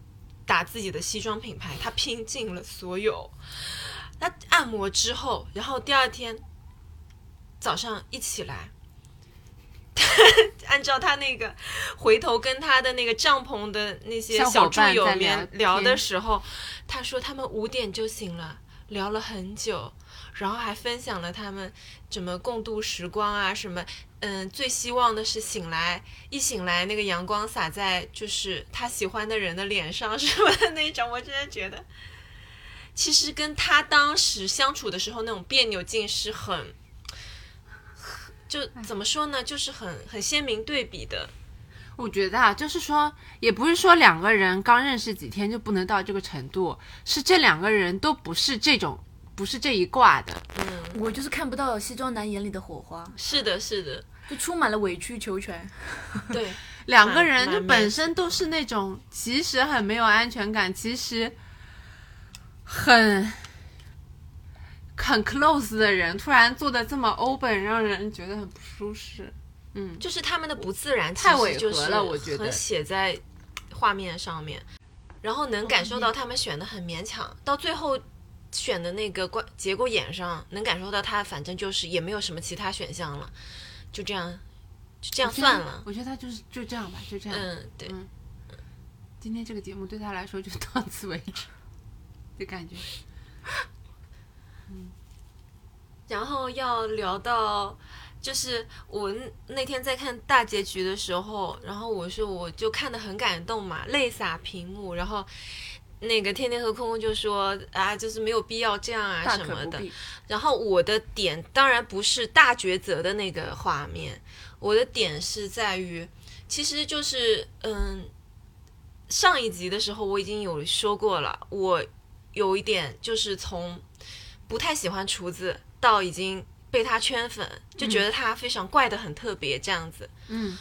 [SPEAKER 1] 打自己的西装品牌，他拼尽了所有。他按摩之后，然后第二天早上一起来， 按照他那个回头跟他的那个帐篷的那些
[SPEAKER 2] 小
[SPEAKER 1] 小
[SPEAKER 2] 伙
[SPEAKER 1] 助
[SPEAKER 2] 伴
[SPEAKER 1] 友
[SPEAKER 2] 在
[SPEAKER 1] 们
[SPEAKER 2] 聊
[SPEAKER 1] 聊
[SPEAKER 2] 天
[SPEAKER 1] 的时候，他说他们五点就醒了，聊了很久，然后还分享了他们怎么共度时光啊，什么嗯，最希望的是醒来，一醒来那个阳光洒在就是他喜欢的人的脸上 什么的那种，我真的觉得，其实跟他当时相处的时候那种别扭劲是很。就怎么说呢，就是很很鲜明对比的，
[SPEAKER 2] 我觉得啊，就是说，也不是说两个人刚认识几天就不能到这个程度，是这两个人都不是这种，不是这一挂的。
[SPEAKER 4] 我就是看不到西装男眼里的火花，
[SPEAKER 1] 是的，是的，
[SPEAKER 4] 就充满了委曲求全。
[SPEAKER 1] 对，
[SPEAKER 2] 两
[SPEAKER 1] 蛮
[SPEAKER 2] 个人
[SPEAKER 1] 蛮
[SPEAKER 2] 就
[SPEAKER 1] 没
[SPEAKER 2] 本身都是那种其实很没有安全感，其实很很 close 的人突然做的这么 open，让人觉得很不舒适。嗯，
[SPEAKER 1] 就是他们的不自然，
[SPEAKER 2] 太
[SPEAKER 1] 其实
[SPEAKER 2] 违和
[SPEAKER 1] 就是
[SPEAKER 2] 了我觉得
[SPEAKER 1] 很写在画面上面，然后能感受到他们选的很勉强，到最后选的那个关节骨眼上，能感受到他反正就是也没有什么其他选项了，就这样，就这样算了。
[SPEAKER 2] 我觉得他就是就这样吧，就这样。
[SPEAKER 1] 嗯，对，
[SPEAKER 2] 嗯今天这个节目对他来说就 到此为止的感觉。
[SPEAKER 1] 然后要聊到。就是我那天在看大结局的时候，然后我说我就看得很感动嘛，泪洒屏幕。然后那个天天和空空就说啊，就是没有必要这样啊
[SPEAKER 4] 大
[SPEAKER 1] 什
[SPEAKER 4] 可
[SPEAKER 1] 么
[SPEAKER 4] 不
[SPEAKER 1] 的。
[SPEAKER 4] 必。
[SPEAKER 1] 然后我的点当然不是大抉择的那个画面，我的点是在于，其实就是嗯，上一集的时候我已经有说过了，我有一点就是从不太喜欢厨子到已经被他圈粉，就觉得他非常怪的很特别这样子。
[SPEAKER 2] 嗯，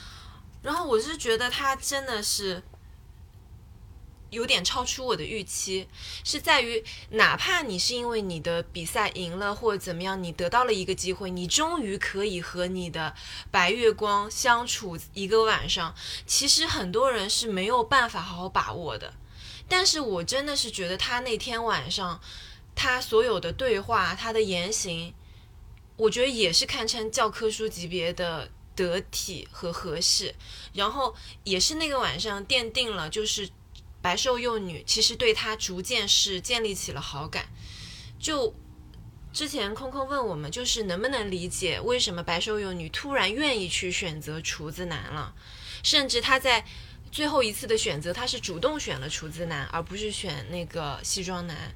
[SPEAKER 1] 然后我是觉得他真的是有点超出我的预期，是在于哪怕你是因为你的比赛赢了或者怎么样，你得到了一个机会，你终于可以和你的白月光相处一个晚上，其实很多人是没有办法好好把握的。但是我真的是觉得他那天晚上，他所有的对话，他的言行，我觉得也是堪称教科书级别的得体和合适。然后也是那个晚上奠定了，就是白瘦幼女其实对他逐渐是建立起了好感。就之前空空问我们，就是能不能理解为什么白瘦幼女突然愿意去选择厨子男了，甚至她在。最后一次的选择，她是主动选了厨子男，而不是选那个西装男。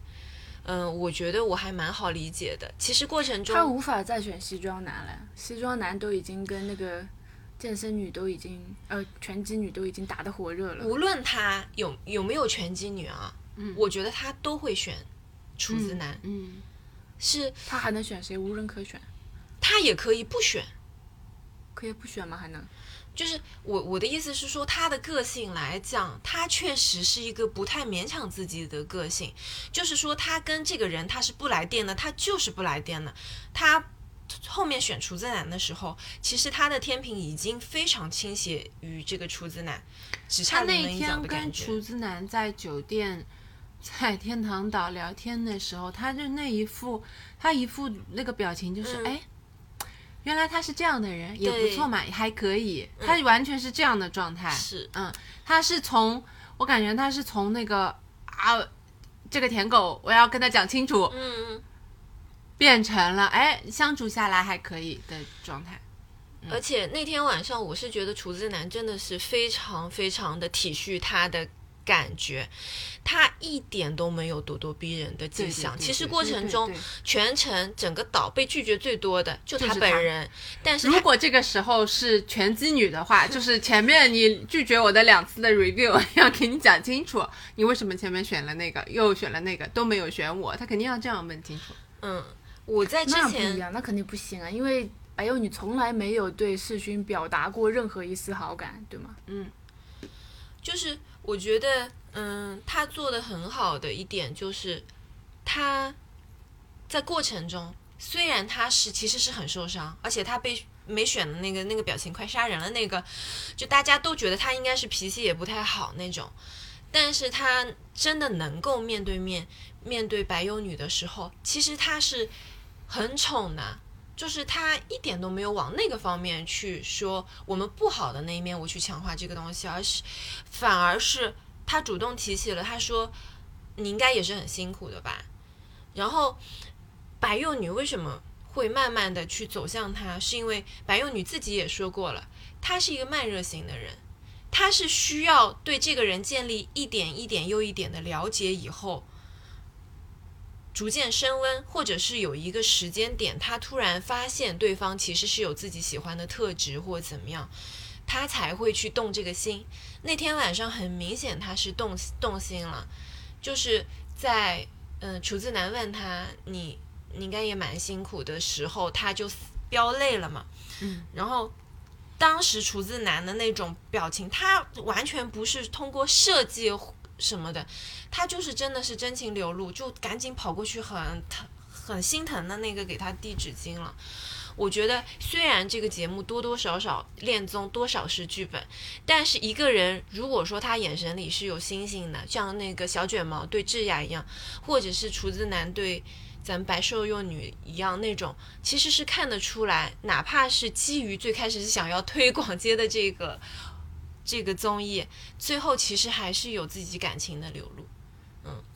[SPEAKER 1] 嗯，我觉得我还蛮好理解的。其实过程中，
[SPEAKER 4] 他无法再选西装男了，西装男都已经跟那个健身女都已经，呃，拳击女都已经打得火热了。
[SPEAKER 1] 无论她有有没有拳击女啊，
[SPEAKER 2] 嗯
[SPEAKER 1] 我觉得她都会选厨子男，
[SPEAKER 2] 嗯，
[SPEAKER 1] 是
[SPEAKER 4] 他还能选谁？无人可选，
[SPEAKER 1] 她也可以不选。
[SPEAKER 4] 可以不选吗？还能？
[SPEAKER 1] 就是我我的意思是说，她的个性来讲，她确实是一个不太勉强自己的个性，就是说她跟这个人她是不来电的，她就是不来电的。她后面选厨子男的时候，其实她的天平已经非常倾斜于这个厨子男，只
[SPEAKER 2] 他
[SPEAKER 1] 差
[SPEAKER 2] 那
[SPEAKER 1] 临门
[SPEAKER 2] 一
[SPEAKER 1] 一脚
[SPEAKER 2] 天
[SPEAKER 1] 的
[SPEAKER 2] 跟
[SPEAKER 1] 感觉
[SPEAKER 2] 厨。子男在酒店， 在天堂岛聊天的时候，他就那一副他一副那个表情就是
[SPEAKER 1] 嗯
[SPEAKER 2] 哎、原来他是这样的人，也
[SPEAKER 1] 对嗯
[SPEAKER 2] 不错嘛，还可以，他完全是这样的状态。
[SPEAKER 1] 是，
[SPEAKER 2] 嗯，他是从我感觉他是从那个啊，这个舔狗我要跟他讲清楚，
[SPEAKER 1] 嗯嗯。
[SPEAKER 2] 变成了哎相处下来还可以的状态。
[SPEAKER 1] 而且那天晚上，我是觉得厨子男真的是非常非常的体恤他的感觉，他一点都没有咄咄逼人的迹象。
[SPEAKER 2] 对对对
[SPEAKER 1] 其实
[SPEAKER 2] 对
[SPEAKER 1] 过程中
[SPEAKER 2] 对对，对
[SPEAKER 1] 全程整个岛被拒绝最多的就
[SPEAKER 2] 就是
[SPEAKER 1] 他
[SPEAKER 2] 他
[SPEAKER 1] 本人，但是
[SPEAKER 2] 如
[SPEAKER 1] 他
[SPEAKER 2] 果这个时候是拳击女的 话，就是前面你拒绝我的两次的 review，要 给你讲清楚，你为什么前面选了那个，又选了那个，都没有选我，他肯定要这样问清楚。
[SPEAKER 1] 嗯，我在之
[SPEAKER 4] 那不一
[SPEAKER 1] 前
[SPEAKER 4] 样，那肯定不行啊，因为白幼女从来没有对世勋表达过任何一丝好感，对吗？
[SPEAKER 1] 就是我觉得，嗯，他做的很好的一点就是，他在过程中虽然他是其实是很受伤，而且他被没选的那个那个表情快杀人了那个，就大家都觉得他应该是脾气也不太好那种，但是他真的能够面对面面对白幼女的时候，其实他是很宠的。就是他一点都没有往那个方面去说我们不好的那一面，我去强化这个东西，而是反而是他主动提起了，他说你应该也是很辛苦的吧。然后白幼女为什么会慢慢的去走向他，是因为白幼女自己也说过了，她是一个慢热型的人，她是需要对这个人建立一点一点又一点的了解以后。逐渐升温，或者是有一个时间点，她突然发现对方其实是有自己喜欢的特质或怎么样，她才会去动这个心。那天晚上很明显他是动动心了，就是在嗯厨子男问他你你应该也蛮辛苦的时候，他就飙泪了嘛。
[SPEAKER 2] 嗯，
[SPEAKER 1] 然后当时厨子男的那种表情，他完全不是通过设计什么的，他就是真的是真情流露，就赶紧跑过去很疼
[SPEAKER 3] 很心疼的那个给他递纸巾了。我觉得虽然这个节目多多少少恋综多少是剧本，但是一个人如果说他眼神里是有星星的，像那个小卷毛对智雅一样，或者是厨子男对咱们白瘦幼女一样那种，其实是看得出来，哪怕是基于最开始是想要推广街的这个这个综艺，最后其实还是有自己感情的流露。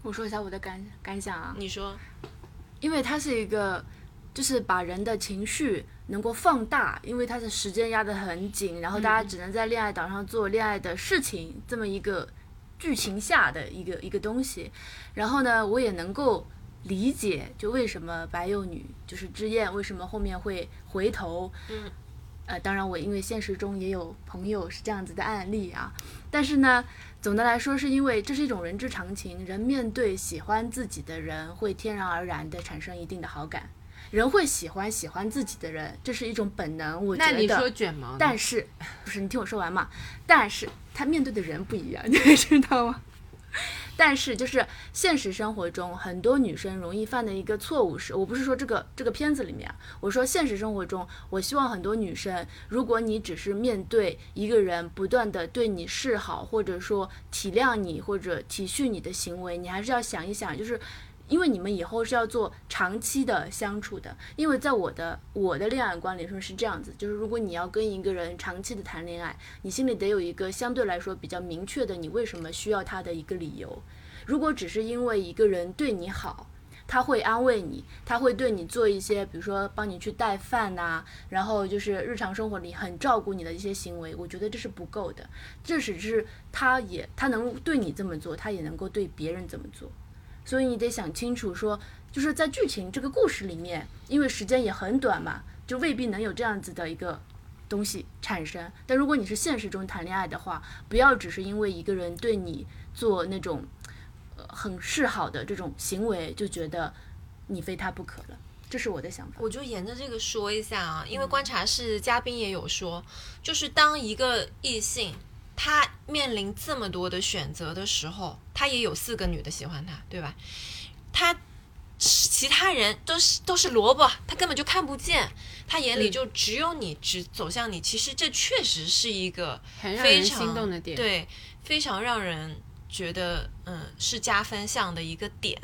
[SPEAKER 4] 我说一下我的感感想啊，
[SPEAKER 3] 你说，
[SPEAKER 4] 因为它是一个，就是把人的情绪能够放大，因为它的时间压得很紧，然后大家只能在恋爱岛上做恋爱的事情，这么一个剧情下的一个一个东西。然后呢，我也能够理解，就为什么白幼女就是之燕为什么后面会回头，
[SPEAKER 3] 嗯，
[SPEAKER 4] 呃，当然我因为现实中也有朋友是这样子的案例啊，但是呢，总的来说，是因为这是一种人之常情，人面对喜欢自己的人，会天然而然的产生一定的好感，人会喜欢喜欢自己的人，这是一种本能。我觉
[SPEAKER 2] 那
[SPEAKER 4] 得，
[SPEAKER 2] 你说卷毛呢？
[SPEAKER 4] 但是不是你听我说完嘛？但是他面对的人不一样， 你知道吗？但是就是现实生活中，很多女生容易犯的一个错误是，我不是说这个这个片子里面啊，我说现实生活中，我希望很多女生，如果你只是面对一个人不断的对你示好，或者说体谅你或者体恤你的行为，你还是要想一想，就是因为你们以后是要做长期的相处的，因为在我的我的恋爱观里说是这样子，就是如果你要跟一个人长期的谈恋爱，你心里得有一个相对来说比较明确的你为什么需要他的一个理由。如果只是因为一个人对你好，他会安慰你，他会对你做一些，比如说帮你去带饭呐、然后就是日常生活里很照顾你的一些行为，我觉得这是不够的。这只是他也他能对你这么做，他也能够对别人这么做。所以你得想清楚说，就是在剧情这个故事里面，因为时间也很短嘛，就未必能有这样子的一个东西产生。但如果你是现实中谈恋爱的话，不要只是因为一个人对你做那种呃很示好的这种行为，就觉得你非他不可了。这是我的想法。
[SPEAKER 3] 我就沿着这个说一下啊，因为观察室嘉宾也有说，就是当一个异性他面临这么多的选择的时候，他也有四个女的喜欢他，对吧？他其他人都是都是萝卜，他根本就看不见，他眼
[SPEAKER 4] 嗯
[SPEAKER 3] 里就只有你，只走向你。其实这确实是一个
[SPEAKER 2] 很让
[SPEAKER 3] 非
[SPEAKER 2] 人
[SPEAKER 3] 常
[SPEAKER 2] 心动的点。
[SPEAKER 3] 对，非常让人觉得嗯是加分项的一个点。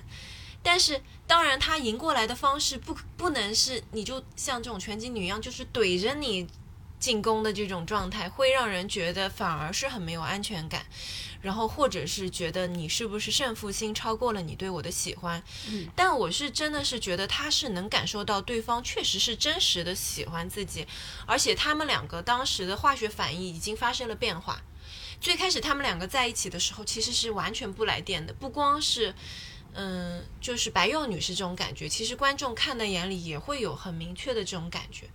[SPEAKER 3] 但是当然，他赢过来的方式不不能是你就像这种拳击女一样，就是怼着你进攻的这种状态，会让人觉得反而是很没有安全感，然后或者是觉得你是不是胜负心超过了你对我的喜欢。
[SPEAKER 2] 嗯
[SPEAKER 3] 但我是真的是觉得他是能感受到对方确实是真实的喜欢自己，而且他们两个当时的化学反应已经发生了变化。最开始他们两个在一起的时候，其实是完全不来电的，不光是。嗯，就是白幼女是这种感觉，其实观众看的眼里也会有很明确的这种感觉，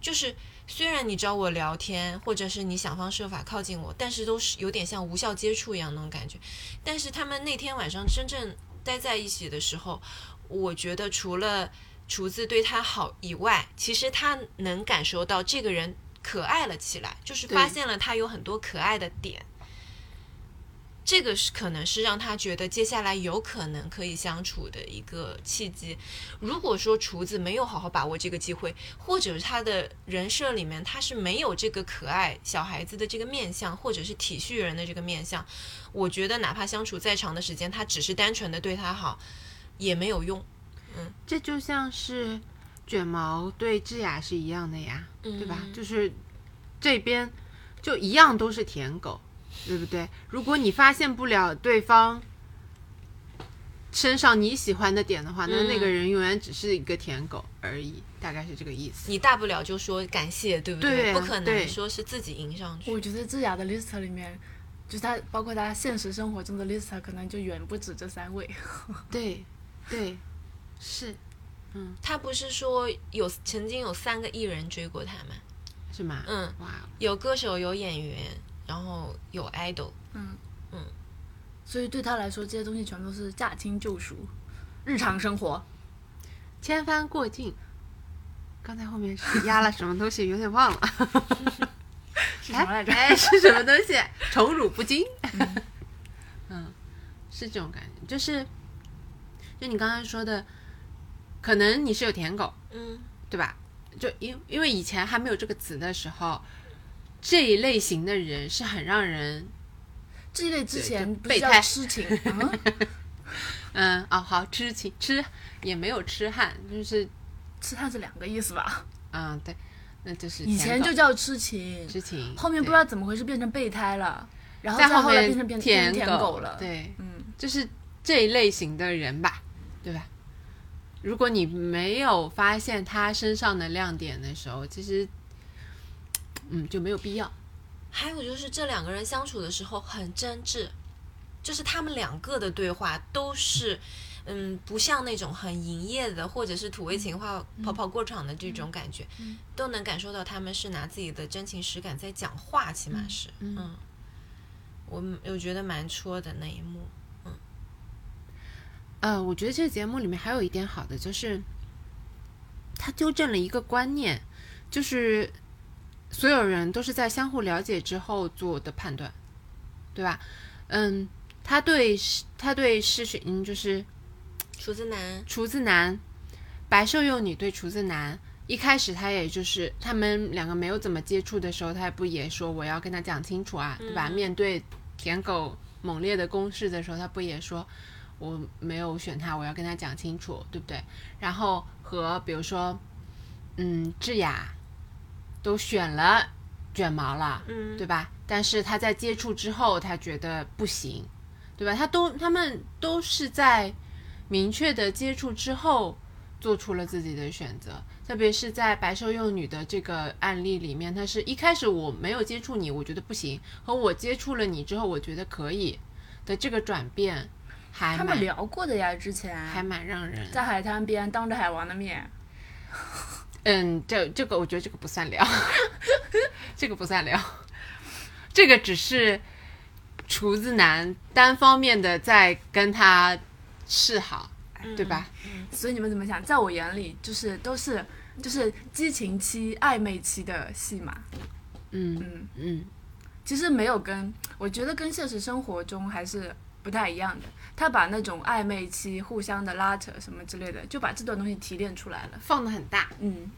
[SPEAKER 3] 就是虽然你找我聊天，或者是你想方设法靠近我，但是都是有点像无效接触一样那种感觉。但是他们那天晚上真正待在一起的时候，我觉得除了厨子对他好以外，其实他能感受到这个人可爱了起来，就是发
[SPEAKER 2] 对
[SPEAKER 3] 现了他有很多可爱的点。这个是可能是让他觉得接下来有可能可以相处的一个契机。如果说厨子没有好好把握这个机会，或者是他的人设里面他是没有这个可爱小孩子的这个面相，或者是体恤人的这个面相，我觉得哪怕相处再长的时间，他只是单纯的对他好，也没有用，
[SPEAKER 2] 这就像是卷毛对智雅是一样的呀，对吧？
[SPEAKER 3] 嗯
[SPEAKER 2] 就是这边就一样都是舔狗，对不对？如果你发现不了对方身上你喜欢的点的话，那
[SPEAKER 3] 嗯
[SPEAKER 2] 那个人永远只是一个舔狗而已，大概是这个意思。
[SPEAKER 3] 你大不了就说感谢，对不
[SPEAKER 2] 对啊
[SPEAKER 3] 不可能
[SPEAKER 2] 对
[SPEAKER 3] 说是自己迎上去。
[SPEAKER 4] 我觉得智雅的 list 里面，就是她包括她现实生活中的 list，可能就远不止这三位。
[SPEAKER 2] 对，对，是
[SPEAKER 3] 他不是说有曾经有三个艺人追过他吗？
[SPEAKER 2] 是吗？
[SPEAKER 3] 嗯，
[SPEAKER 2] 哇，哦
[SPEAKER 3] 有歌手，有演员，然后有 idol。
[SPEAKER 4] 所以对他来说，这些东西全都是驾轻就熟，日常生活。
[SPEAKER 2] 千帆过尽。刚才后面 是压了什么东西，有点忘了。
[SPEAKER 4] 是什么来着？
[SPEAKER 2] 哎，是什么东西？宠辱不惊。嗯嗯，是这种感觉，就是就你刚刚说的，可能你是有舔狗，
[SPEAKER 3] 嗯
[SPEAKER 2] 对吧？就因因为以前还没有这个词的时候，这一类型的人是很让人
[SPEAKER 4] 这一类之前不
[SPEAKER 2] 备
[SPEAKER 4] 是
[SPEAKER 2] 胎
[SPEAKER 4] 叫痴情啊，
[SPEAKER 2] 嗯哦好痴情痴也没有痴汉，就是
[SPEAKER 4] 痴汉 是两个意思吧？
[SPEAKER 2] 嗯对，那就是
[SPEAKER 4] 以前
[SPEAKER 2] 舔
[SPEAKER 4] 就
[SPEAKER 2] 狗
[SPEAKER 4] 叫痴情，
[SPEAKER 2] 痴情，
[SPEAKER 4] 后面不知道怎么回事变成备胎了，然后
[SPEAKER 2] 在
[SPEAKER 4] 再
[SPEAKER 2] 后
[SPEAKER 4] 后来变成变变
[SPEAKER 2] 舔
[SPEAKER 4] 成舔狗了。，
[SPEAKER 2] 对，
[SPEAKER 4] 嗯，
[SPEAKER 2] 就是这一类型的人吧，对吧？如果你没有发现他身上的亮点的时候，其实，嗯，就没有必要。
[SPEAKER 1] 还有就是这两个人相处的时候很真挚，就是他们两个的对话都是，嗯，不像那种很营业的或者是土味情话跑跑过场的这种感觉，都能感受到他们是拿自己的真情实感在讲话，起码是，
[SPEAKER 2] 嗯
[SPEAKER 1] 嗯，
[SPEAKER 2] 嗯
[SPEAKER 1] 我我觉得蛮戳的那一幕，
[SPEAKER 2] 呃，我觉得这个节目里面还有一点好的就是，他纠正了一个观念，就是所有人都是在相互了解之后做的判断，对吧？嗯，他对他对世勋嗯就是
[SPEAKER 1] 厨子 男，
[SPEAKER 2] 厨子男，白瘦幼女对厨子男，一开始他也就是他们两个没有怎么接触的时候，他也不也说我要跟他讲清楚啊，对吧？面对舔狗猛烈的攻势的时候，他不也说我没有选他，我要跟他讲清楚，对不对？然后和比如说，嗯，智雅都选了卷毛了，
[SPEAKER 1] 嗯
[SPEAKER 2] 对吧？但是他在接触之后，他觉得不行，对吧？他都他们都是在明确的接触之后做出了自己的选择，特别是在白瘦幼女的这个案例里面，她是一开始我没有接触你，我觉得不行，和我接触了你之后，我觉得可以的这个转变，还
[SPEAKER 4] 他们
[SPEAKER 2] 蛮
[SPEAKER 4] 聊过的呀，之
[SPEAKER 2] 还
[SPEAKER 4] 前
[SPEAKER 2] 蛮让人
[SPEAKER 4] 在海滩边当着海王的面，
[SPEAKER 2] 嗯，这这个我觉得这个不算聊， 这个不算聊，这个只是厨子男单方面的在跟他示好，对吧？
[SPEAKER 4] 所以你们怎么想？在我眼里，就是都是就是激情期、暧昧期的戏码。
[SPEAKER 2] 嗯
[SPEAKER 4] 嗯，
[SPEAKER 2] 嗯，
[SPEAKER 4] 其实没有跟，我觉得跟现实生活中还是不太一样的。他把那种暧昧期、互相的拉扯什么之类的，就把这段东西提炼出来了。
[SPEAKER 2] 放的很大，
[SPEAKER 4] 嗯，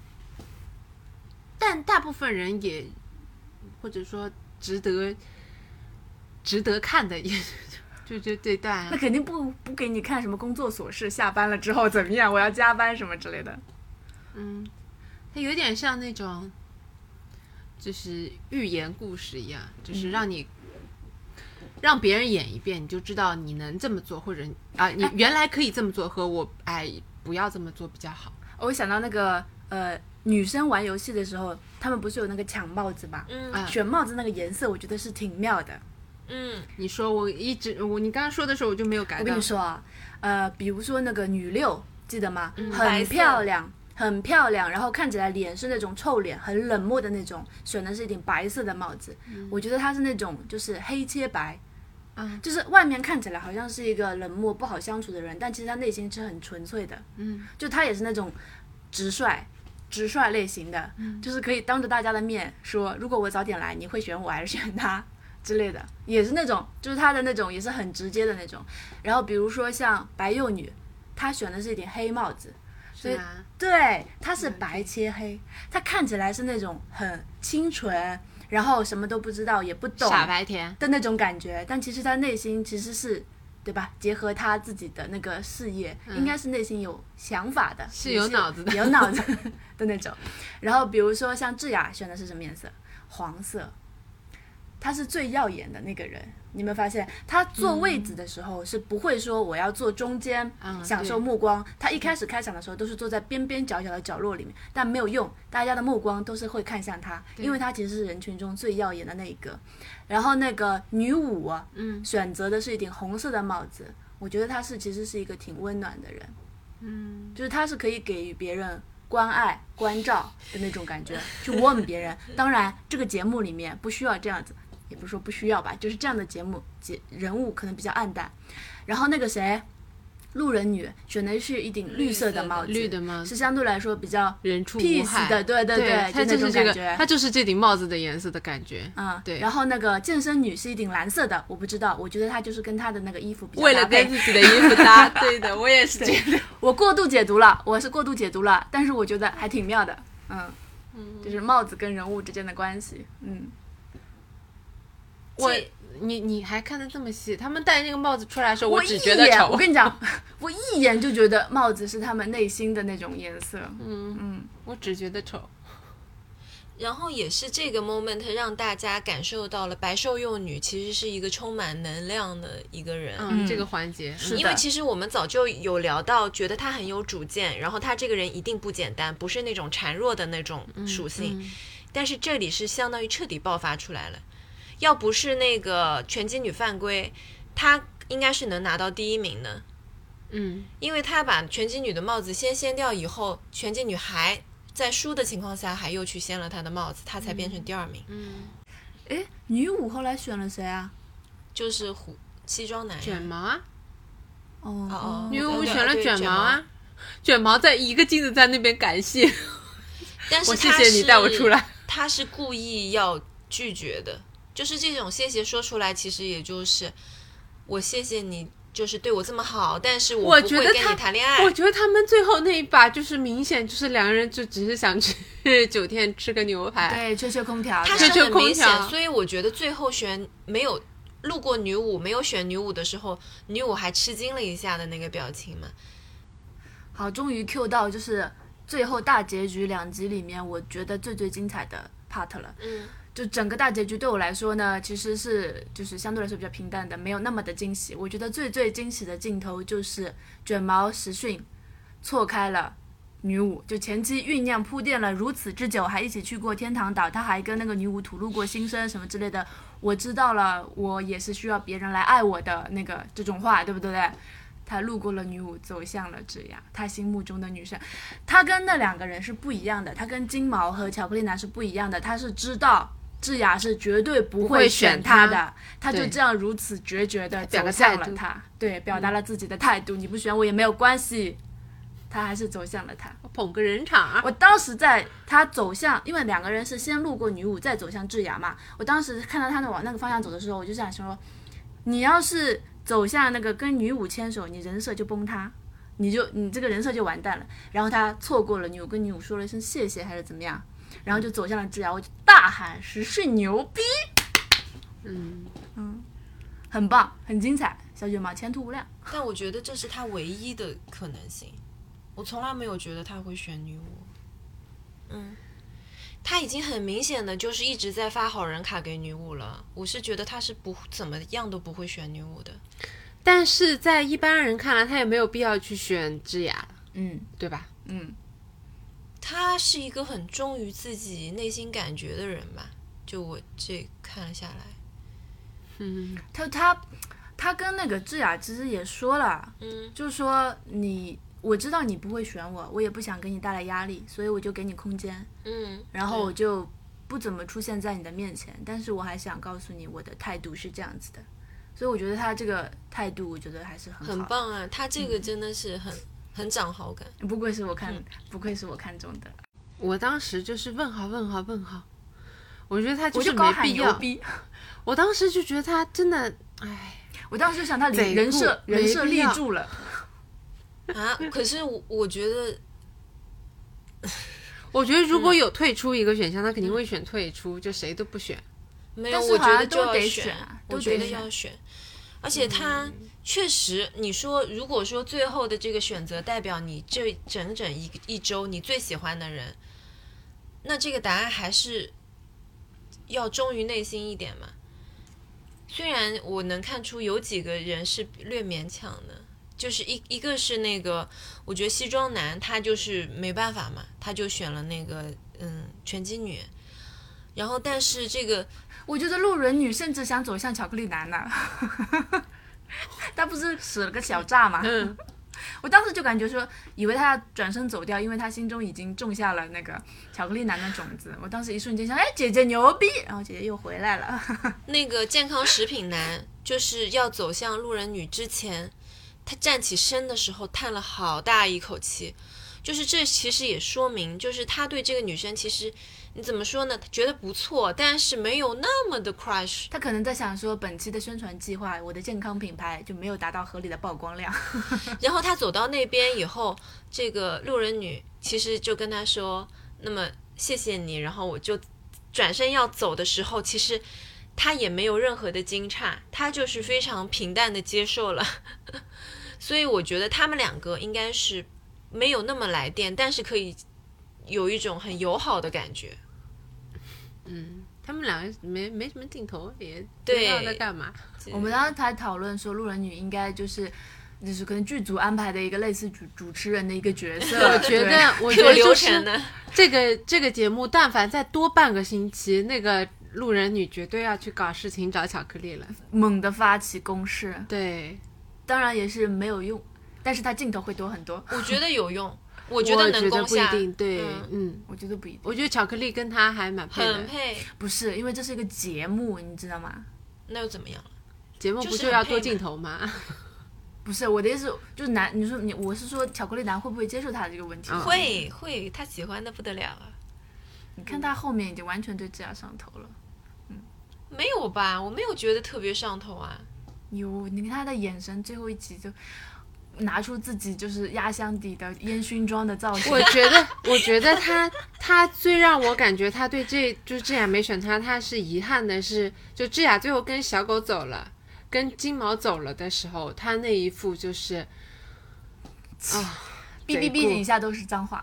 [SPEAKER 2] 但大部分人也或者说值得值得看的也 就就这段、啊
[SPEAKER 4] 那，肯定不不给你看什么工作琐事，下班了之后怎么样，我要加班什么之类的。
[SPEAKER 2] 嗯，它有点像那种，就是寓言故事一样，
[SPEAKER 4] 嗯
[SPEAKER 2] 就是让你、让别人演一遍，你就知道你能这么做，或者啊，你
[SPEAKER 4] 哎
[SPEAKER 2] 原来可以这么做，和我哎不要这么做比较好。
[SPEAKER 4] 哦我想到那个呃，女生玩游戏的时候，她们不是有那个抢帽子嘛？
[SPEAKER 2] 啊
[SPEAKER 1] 嗯
[SPEAKER 4] 选帽子那个颜色，我觉得是挺妙的。
[SPEAKER 1] 嗯，
[SPEAKER 2] 你说我一直我你刚刚说的时候我就没有改
[SPEAKER 4] 我
[SPEAKER 2] 到
[SPEAKER 4] 跟你，说啊，呃，比如说那个女六，记得吗？
[SPEAKER 2] 嗯
[SPEAKER 1] 白
[SPEAKER 4] 很
[SPEAKER 1] 色
[SPEAKER 4] 漂亮，很漂亮，然后看起来脸是那种臭脸，很冷漠的那种，选的是一顶白色的帽子。我觉得她是那种就是黑切白。
[SPEAKER 2] 嗯
[SPEAKER 4] 就是外面看起来好像是一个冷漠不好相处的人，但其实她内心是很纯粹的。
[SPEAKER 2] 嗯，
[SPEAKER 4] 就她也是那种直率、直率类型的，
[SPEAKER 2] 嗯
[SPEAKER 4] 就是可以当着大家的面说，如果我早点来，你会选我还是选他之类的，也是那种，就是她的那种也是很直接的那种。然后比如说像白幼女，她选的是一顶黑帽子，
[SPEAKER 2] 是
[SPEAKER 4] 哎
[SPEAKER 2] 吗？
[SPEAKER 4] 对，她是白切黑，她看起来是那种很清纯，然后什么都不知道也不懂
[SPEAKER 2] 傻白甜，
[SPEAKER 4] 的那种感觉，但其实她内心其实是。对吧？结合她自己的那个事业，应该是内心有想法的，
[SPEAKER 2] 嗯是有脑子的
[SPEAKER 4] 有脑子的那种。然后比如说像智雅选的是什么颜色？黄色，她是最耀眼的那个人。你有没有发现，她坐位子的时候是不会说我要坐中间，
[SPEAKER 2] 嗯
[SPEAKER 4] 享受
[SPEAKER 2] 对
[SPEAKER 4] 目光。她一开始开场的时候都是坐在边边角角的角落里面，但没有用，大家的目光都是会看向她，因为她其实是人群中最耀眼的那一个。然后那个女舞、啊，
[SPEAKER 2] 嗯
[SPEAKER 4] 选择的是一顶红色的帽子，我觉得她是其实是一个挺温暖的人。
[SPEAKER 2] 嗯，
[SPEAKER 4] 就是他是可以给予别人关爱、关照的那种感觉，去 warm 别人。当然，这个节目里面不需要这样子，也不是说不需要吧，就是这样的节目，节人物可能比较暗淡。然后那个谁，路人女选的是一顶绿色的帽子，
[SPEAKER 2] 绿的吗？
[SPEAKER 4] 是相对来说比较
[SPEAKER 2] 人畜无
[SPEAKER 4] peace
[SPEAKER 2] 害
[SPEAKER 4] 的，对对
[SPEAKER 2] 对，它
[SPEAKER 4] 就那
[SPEAKER 2] 是
[SPEAKER 4] 种
[SPEAKER 2] 这
[SPEAKER 4] 感
[SPEAKER 2] 个，
[SPEAKER 4] 觉。
[SPEAKER 2] 它就是这顶帽子的颜色的感觉。
[SPEAKER 4] 啊，
[SPEAKER 2] 对
[SPEAKER 4] 然后那个健身女是一顶蓝色的，我不知道，我觉得她就是跟她的那个衣服比较
[SPEAKER 2] 为了
[SPEAKER 4] 搭配
[SPEAKER 2] 跟自己的衣服 搭，对的，我也是这样。
[SPEAKER 4] 我过度解读了，我是过度解读了，但是我觉得还挺妙的，嗯，就是帽子跟人物之间的关系，嗯，
[SPEAKER 2] 我
[SPEAKER 1] 这
[SPEAKER 2] 你你还看得这么细？他们戴那个帽子出来的时候，只
[SPEAKER 4] 一
[SPEAKER 2] 觉得
[SPEAKER 4] 眼，
[SPEAKER 2] 丑
[SPEAKER 4] 我。跟你讲，我一眼就觉得帽子是他们内心的那种颜色，
[SPEAKER 2] 嗯，
[SPEAKER 4] 嗯，
[SPEAKER 2] 我只觉得丑。
[SPEAKER 1] 然后也是这个 moment 让大家感受到了白瘦幼女其实是一个充满能量的一个人。
[SPEAKER 2] 嗯，
[SPEAKER 4] 嗯
[SPEAKER 2] 这个环节
[SPEAKER 4] 是
[SPEAKER 1] 因
[SPEAKER 4] 的
[SPEAKER 1] 为其实我们早就有聊到，觉得她很有主见，然后她这个人一定不简单，不是那种孱弱的那种属性。
[SPEAKER 2] 嗯
[SPEAKER 1] 但是这里是相当于彻底爆发出来了。要不是那个拳击女犯规，她应该是能拿到第一名的，
[SPEAKER 2] 嗯，
[SPEAKER 1] 因为她把拳击女的帽子先掀掉以后，拳击女还在输的情况下还又去掀了她的帽子，她才变
[SPEAKER 2] 嗯
[SPEAKER 1] 成第二名，
[SPEAKER 4] 诶，女五后来选了谁啊？
[SPEAKER 1] 就是虎西装男
[SPEAKER 2] 卷
[SPEAKER 1] 人。
[SPEAKER 2] 毛啊，
[SPEAKER 4] 哦
[SPEAKER 1] 哦
[SPEAKER 2] 女巫
[SPEAKER 1] 对对
[SPEAKER 2] 选了
[SPEAKER 1] 对
[SPEAKER 2] 卷
[SPEAKER 1] 卷
[SPEAKER 2] 毛
[SPEAKER 1] 毛
[SPEAKER 2] 啊，卷毛在一个劲的在那边感谢
[SPEAKER 1] 但是
[SPEAKER 2] 我，谢
[SPEAKER 1] 她
[SPEAKER 2] 谢你
[SPEAKER 1] 是
[SPEAKER 2] 带我出来。
[SPEAKER 1] 他是故意要拒绝的，就是这种谢谢说出来，其实也就是我谢谢你，就是对我这么好，但是
[SPEAKER 2] 我
[SPEAKER 1] 不
[SPEAKER 2] 觉
[SPEAKER 1] 会
[SPEAKER 2] 得
[SPEAKER 1] 跟
[SPEAKER 2] 他
[SPEAKER 1] 你谈恋爱
[SPEAKER 2] 我。觉得他们最后那一把就是明显就是两个人就只是想去酒店吃个牛排，
[SPEAKER 4] 对，吹吹空调，
[SPEAKER 1] 他
[SPEAKER 2] 这
[SPEAKER 1] 是
[SPEAKER 2] 就
[SPEAKER 1] 很
[SPEAKER 2] 空
[SPEAKER 1] 明显
[SPEAKER 2] 调，
[SPEAKER 1] 所以我觉得最后选没有路过女五，没有选女五的时候，女五还吃惊了一下的那个表情嘛。
[SPEAKER 4] 好，终于 Q 到就是最后大结局两集里面，我觉得最最精彩的 part 了。
[SPEAKER 1] 嗯，
[SPEAKER 4] 就整个大结局对我来说呢，其实是就是相对来说比较平淡的，没有那么的惊喜。我觉得最最惊喜的镜头就是卷毛实训错开了。女武就前期酝酿铺垫了如此之久，还一起去过天堂岛，他还跟那个女武吐露过心声什么之类的。我知道了，我也是需要别人来爱我的那个这种话，对不对？他路过了女武，走向了枝桠，他心目中的女神。他跟那两个人是不一样的，他跟金毛和巧克力男是不一样的，他是知道。智雅是绝对不
[SPEAKER 2] 会
[SPEAKER 4] 会
[SPEAKER 2] 选
[SPEAKER 4] 选
[SPEAKER 2] 他
[SPEAKER 4] 他的，他就
[SPEAKER 2] 对
[SPEAKER 4] 这样如此决绝的
[SPEAKER 2] 表
[SPEAKER 4] 走
[SPEAKER 2] 个
[SPEAKER 4] 向
[SPEAKER 2] 态
[SPEAKER 4] 了
[SPEAKER 2] 度嗯
[SPEAKER 4] 他，对，表达了自己的态度。你不选我也没有关系，他还是走向了他。
[SPEAKER 2] 捧个人场啊。
[SPEAKER 4] 我当时在他走向，因为两个人是先路过女武，再走向智雅嘛。我当时看到他们往那个方向走的时候，我就想说，你要是走向那个跟女武牵手，你人设就崩塌，你就你这个人设就完蛋了。然后他错过了女武，跟女武说了一声谢谢还是怎么样，然后就走向了智雅，我就大喊时是牛逼，
[SPEAKER 2] 嗯，
[SPEAKER 4] 很棒，很精彩，小卷毛前途无量。
[SPEAKER 1] 但我觉得这是他唯一的可能性。我从来没有觉得他会选女五。嗯，他已经很明显的就是一直在发好人卡给女五了。我是觉得他是不怎么样都不会选女五的。
[SPEAKER 2] 但是在一般人看来，他也没有必要去选智雅了，
[SPEAKER 4] 嗯
[SPEAKER 2] 对吧？
[SPEAKER 4] 嗯，
[SPEAKER 1] 他是一个很忠于自己内心感觉的人吧？就我这看了下来，
[SPEAKER 2] 嗯，
[SPEAKER 4] 他他他跟那个智雅其实也说了。
[SPEAKER 1] 嗯，
[SPEAKER 4] 就是说你，我知道你不会选我，我也不想给你带来压力，所以我就给你空间，
[SPEAKER 1] 嗯，
[SPEAKER 4] 然后我就不怎么出现在你的面前，但是我还想告诉你我的态度是这样子的，所以我觉得他这个态度，我觉得还是很好
[SPEAKER 1] 很
[SPEAKER 4] 的，
[SPEAKER 1] 棒啊！他这个真的是很、很长好感。
[SPEAKER 4] 不愧是我看，
[SPEAKER 2] 嗯
[SPEAKER 4] 不愧是我看中的，
[SPEAKER 2] 我当时就是问号问号问号，我觉得他
[SPEAKER 4] 我
[SPEAKER 2] 是
[SPEAKER 4] 高
[SPEAKER 2] 没
[SPEAKER 4] 喊
[SPEAKER 2] 必
[SPEAKER 4] 牛
[SPEAKER 2] 要。
[SPEAKER 4] 逼，
[SPEAKER 2] 我当时就觉得他真的，哎，
[SPEAKER 4] 我当时就想他
[SPEAKER 2] 贼
[SPEAKER 4] 立
[SPEAKER 2] 酷
[SPEAKER 4] 人设
[SPEAKER 2] 没
[SPEAKER 4] 人设
[SPEAKER 2] 必
[SPEAKER 4] 立
[SPEAKER 2] 要
[SPEAKER 4] 住了，
[SPEAKER 1] 啊，可是我我觉得，
[SPEAKER 2] 我觉得如
[SPEAKER 1] 嗯
[SPEAKER 2] 果有退出一个选项，他肯定会选退出，就谁都不选。
[SPEAKER 1] 没有，
[SPEAKER 4] 但是
[SPEAKER 1] 我
[SPEAKER 4] 好
[SPEAKER 1] 觉
[SPEAKER 4] 像
[SPEAKER 1] 得就
[SPEAKER 4] 都
[SPEAKER 1] 要
[SPEAKER 4] 得
[SPEAKER 1] 选
[SPEAKER 4] 选啊，
[SPEAKER 1] 我
[SPEAKER 4] 都
[SPEAKER 1] 觉
[SPEAKER 4] 得
[SPEAKER 1] 得
[SPEAKER 4] 选嗯
[SPEAKER 1] 要选。而且他确实，你说如果说最后的这个选择代表你这整整一一周你最喜欢的人，那这个答案还是要忠于内心一点嘛。虽然我能看出有几个人是略勉强的，就是一一个是那个，我觉得西装男他就是没办法嘛，他就选了那个嗯拳击女，然后但是这个
[SPEAKER 4] 我觉得路人女甚至想走向巧克力男 呢。他不是使了个小诈吗？
[SPEAKER 2] 嗯，
[SPEAKER 4] 我当时就感觉说，以为他要转身走掉，因为他心中已经种下了那个巧克力男的种子。我当时一瞬间想，哎，姐姐牛逼！然后姐姐又回来 了。
[SPEAKER 1] 那个健康食品男就是要走向路人女之前，他站起身的时候叹了好大一口气，就是这其实也说明，就是他对这个女生其实你怎么说呢？觉得不错，但是没有那么的 crush。
[SPEAKER 4] 他可能在想说，本期的宣传计划，我的健康品牌就没有达到合理的曝光量。
[SPEAKER 1] 然后他走到那边以后，这个路人女其实就跟他说：“那么谢谢你。”然后我就转身要走的时候，其实他也没有任何的惊诧，他就是非常平淡的接受了。 所以我觉得他们两个应该是没有那么来电，但是可以有一种很友好的感觉。
[SPEAKER 2] 嗯，他们两个没没什么镜头，也不知
[SPEAKER 1] 对
[SPEAKER 2] 道在干嘛。
[SPEAKER 4] 我
[SPEAKER 1] 嗯
[SPEAKER 4] 们当时还讨论说，路人女应该就是。就是可能剧组安排的一个类似主主持人的一个角色，
[SPEAKER 2] 我觉
[SPEAKER 4] 对
[SPEAKER 2] 得，我觉
[SPEAKER 1] 有
[SPEAKER 2] 得
[SPEAKER 1] 流
[SPEAKER 2] 就
[SPEAKER 1] 程
[SPEAKER 2] 是
[SPEAKER 1] 的，
[SPEAKER 2] 这个这个节目，但凡再多半个星期，那个路人女绝对要去搞事情找巧克力了。
[SPEAKER 4] 猛地发起攻势，
[SPEAKER 2] 对，
[SPEAKER 4] 当然也是没有用，但是它镜头会多很多，
[SPEAKER 1] 我觉得有用，我
[SPEAKER 2] 我
[SPEAKER 1] 觉得能攻
[SPEAKER 2] 不一
[SPEAKER 1] 下，
[SPEAKER 2] 定。对，
[SPEAKER 1] 嗯
[SPEAKER 2] 嗯，
[SPEAKER 4] 我觉得不一定，
[SPEAKER 2] 我觉得巧克力跟他还蛮配的
[SPEAKER 1] 很。配。
[SPEAKER 4] 不是因为这是一个节目，你知道吗？
[SPEAKER 1] 那又怎么样？
[SPEAKER 2] 节目
[SPEAKER 1] 就
[SPEAKER 2] 不
[SPEAKER 1] 是
[SPEAKER 2] 就
[SPEAKER 1] 很
[SPEAKER 2] 要
[SPEAKER 1] 配
[SPEAKER 2] 多
[SPEAKER 1] 嘛
[SPEAKER 2] 镜头吗？
[SPEAKER 4] 不是我的意思，就是男，你说你，我是说巧克力男会不会接受他的这个问题？
[SPEAKER 2] 嗯
[SPEAKER 1] 会会，他喜欢的不得了啊！
[SPEAKER 4] 你看他后面已经完全对这样上头了。
[SPEAKER 1] 没有吧？我没有觉得特别上头啊。
[SPEAKER 4] 有，你看他的眼神，最后一集就拿出自己就是压箱底的烟熏妆的造 型
[SPEAKER 2] 我。觉得，我觉得他他最让我感觉他对这就是智雅没选他，他是遗憾的是，就智雅最后跟小狗走了，跟金毛走了的时候，他那一副就是啊，
[SPEAKER 4] 哔
[SPEAKER 2] 嘴
[SPEAKER 4] 哔哔
[SPEAKER 2] 顾
[SPEAKER 4] 一下都是脏话，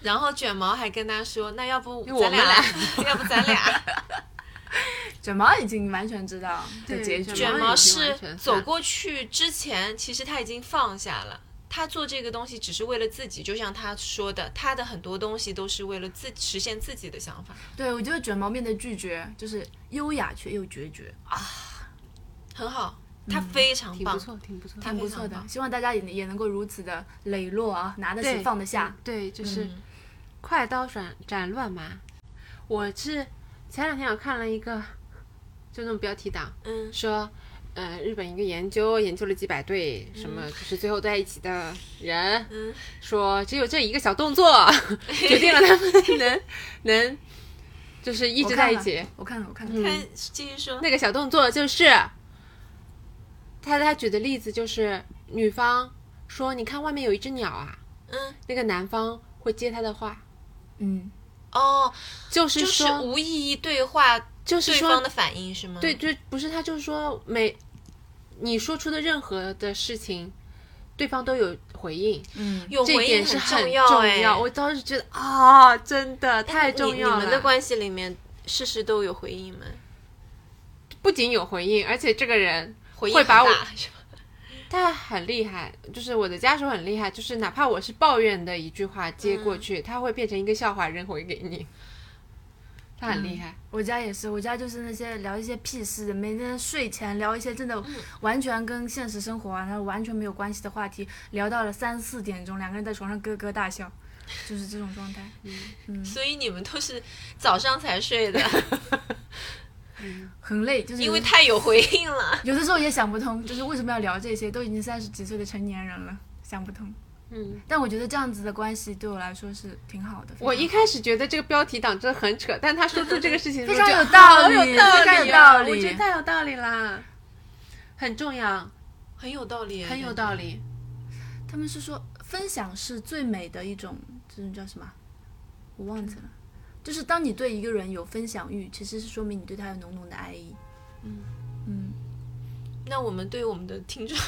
[SPEAKER 1] 然后卷毛还跟他说：“那要不
[SPEAKER 2] 因为我
[SPEAKER 1] 咱
[SPEAKER 2] 们
[SPEAKER 1] 俩， 要不咱俩？”
[SPEAKER 4] 卷毛已经完全知道的
[SPEAKER 2] 对
[SPEAKER 4] 结 局
[SPEAKER 2] 卷
[SPEAKER 4] 了。
[SPEAKER 1] 卷
[SPEAKER 2] 毛
[SPEAKER 1] 毛
[SPEAKER 2] 已经
[SPEAKER 1] 是
[SPEAKER 2] 完全
[SPEAKER 1] 走
[SPEAKER 2] 散
[SPEAKER 1] 过去之前，其实他已经放下了。他做这个东西只是为了自己，就像他说的，他的很多东西都是为了自实现自己的想法，
[SPEAKER 4] 对，我觉得卷毛面对拒绝就是优雅却又决绝，
[SPEAKER 1] 很好，他非常
[SPEAKER 2] 嗯挺
[SPEAKER 1] 棒
[SPEAKER 2] 不。错，挺不错，
[SPEAKER 1] 他
[SPEAKER 4] 挺不
[SPEAKER 1] 非常
[SPEAKER 4] 错的。
[SPEAKER 1] 棒
[SPEAKER 4] 希望大家也也能够如此的磊落啊，拿得起
[SPEAKER 2] 对
[SPEAKER 4] 放得下。，
[SPEAKER 2] 对，就是
[SPEAKER 1] 嗯
[SPEAKER 2] 快刀斩斩乱麻。我是前两天我看了一个，就那种标题党，
[SPEAKER 1] 嗯，
[SPEAKER 2] 说，呃，日本一个研究研究了几百对
[SPEAKER 4] 嗯
[SPEAKER 2] 什么，就是最后在一起的人，
[SPEAKER 1] 嗯
[SPEAKER 2] 说只有这一个小动作 决定了他们 能能就是一
[SPEAKER 4] 我
[SPEAKER 2] 直
[SPEAKER 4] 看
[SPEAKER 2] 在一
[SPEAKER 4] 了
[SPEAKER 2] 起。
[SPEAKER 4] 我看了，我看了。
[SPEAKER 1] 看继续说，
[SPEAKER 2] 那个小动作就是，他他举的例子就是女方说，你看外面有一只鸟啊，
[SPEAKER 1] 嗯，
[SPEAKER 2] 那个男方会接他的话，
[SPEAKER 4] 嗯，
[SPEAKER 1] 哦，
[SPEAKER 2] 就是
[SPEAKER 1] 就是
[SPEAKER 2] 说
[SPEAKER 1] 无意义对话
[SPEAKER 2] 就是
[SPEAKER 1] 对
[SPEAKER 2] 说
[SPEAKER 1] 方的反应是吗？
[SPEAKER 2] 对，对，不是他，就是说每你说出的任何的事情，对方都有回应，
[SPEAKER 4] 嗯
[SPEAKER 1] 有
[SPEAKER 2] 这一
[SPEAKER 1] 回应
[SPEAKER 2] 点是
[SPEAKER 1] 很
[SPEAKER 2] 很
[SPEAKER 1] 要哎。
[SPEAKER 2] 我当时觉得啊，真的太重要了。
[SPEAKER 1] 你你们的关系里面，事事都有回应吗？
[SPEAKER 2] 不仅有回应，而且这个人
[SPEAKER 1] 回应
[SPEAKER 2] 会
[SPEAKER 1] 很
[SPEAKER 2] 把我
[SPEAKER 1] 大是吧？
[SPEAKER 2] 他很厉害，就是我的家属很厉害，就是哪怕我是抱怨的一句话接
[SPEAKER 4] 嗯
[SPEAKER 2] 过去，他会变成一个笑话扔回给你，他很
[SPEAKER 4] 嗯
[SPEAKER 2] 厉害。
[SPEAKER 4] 我家也是，我家就是那些聊一些屁事，每天睡前聊一些真
[SPEAKER 2] 嗯
[SPEAKER 4] 的完全跟现实生活啊，然后完全没有关系的话题，聊到了三四点钟，两个人在床上咯咯大笑，就是这种状态。
[SPEAKER 2] 嗯
[SPEAKER 1] 所以你们都是早上才睡 的，
[SPEAKER 4] 很累，就是有
[SPEAKER 1] 因为
[SPEAKER 4] 的
[SPEAKER 1] 太有回应了。
[SPEAKER 4] 有的时候也想不通，就是为什么要聊这些？都已经三十几岁的成年人了，想不通。
[SPEAKER 2] 嗯，
[SPEAKER 4] 但我觉得这样子的关系对我来说是挺好的。
[SPEAKER 2] 我
[SPEAKER 4] 非常
[SPEAKER 2] 一开始觉得这个标题党真的很扯，但他说出这个事情的时候
[SPEAKER 4] 非
[SPEAKER 2] 就
[SPEAKER 4] 常有道
[SPEAKER 2] 好
[SPEAKER 4] 理
[SPEAKER 2] 有道
[SPEAKER 4] 非常有
[SPEAKER 2] 啊
[SPEAKER 4] 道理
[SPEAKER 2] 我觉得太有道理啦，很重要，
[SPEAKER 1] 很有道理，
[SPEAKER 2] 很有道理。
[SPEAKER 4] 嗯他们是说分享是最美的一种，这种叫什么？啊我忘记了。就是当你对一个人有分享欲，其实是说明你对他有浓浓的爱意。嗯
[SPEAKER 1] 那我们对我们的听众，，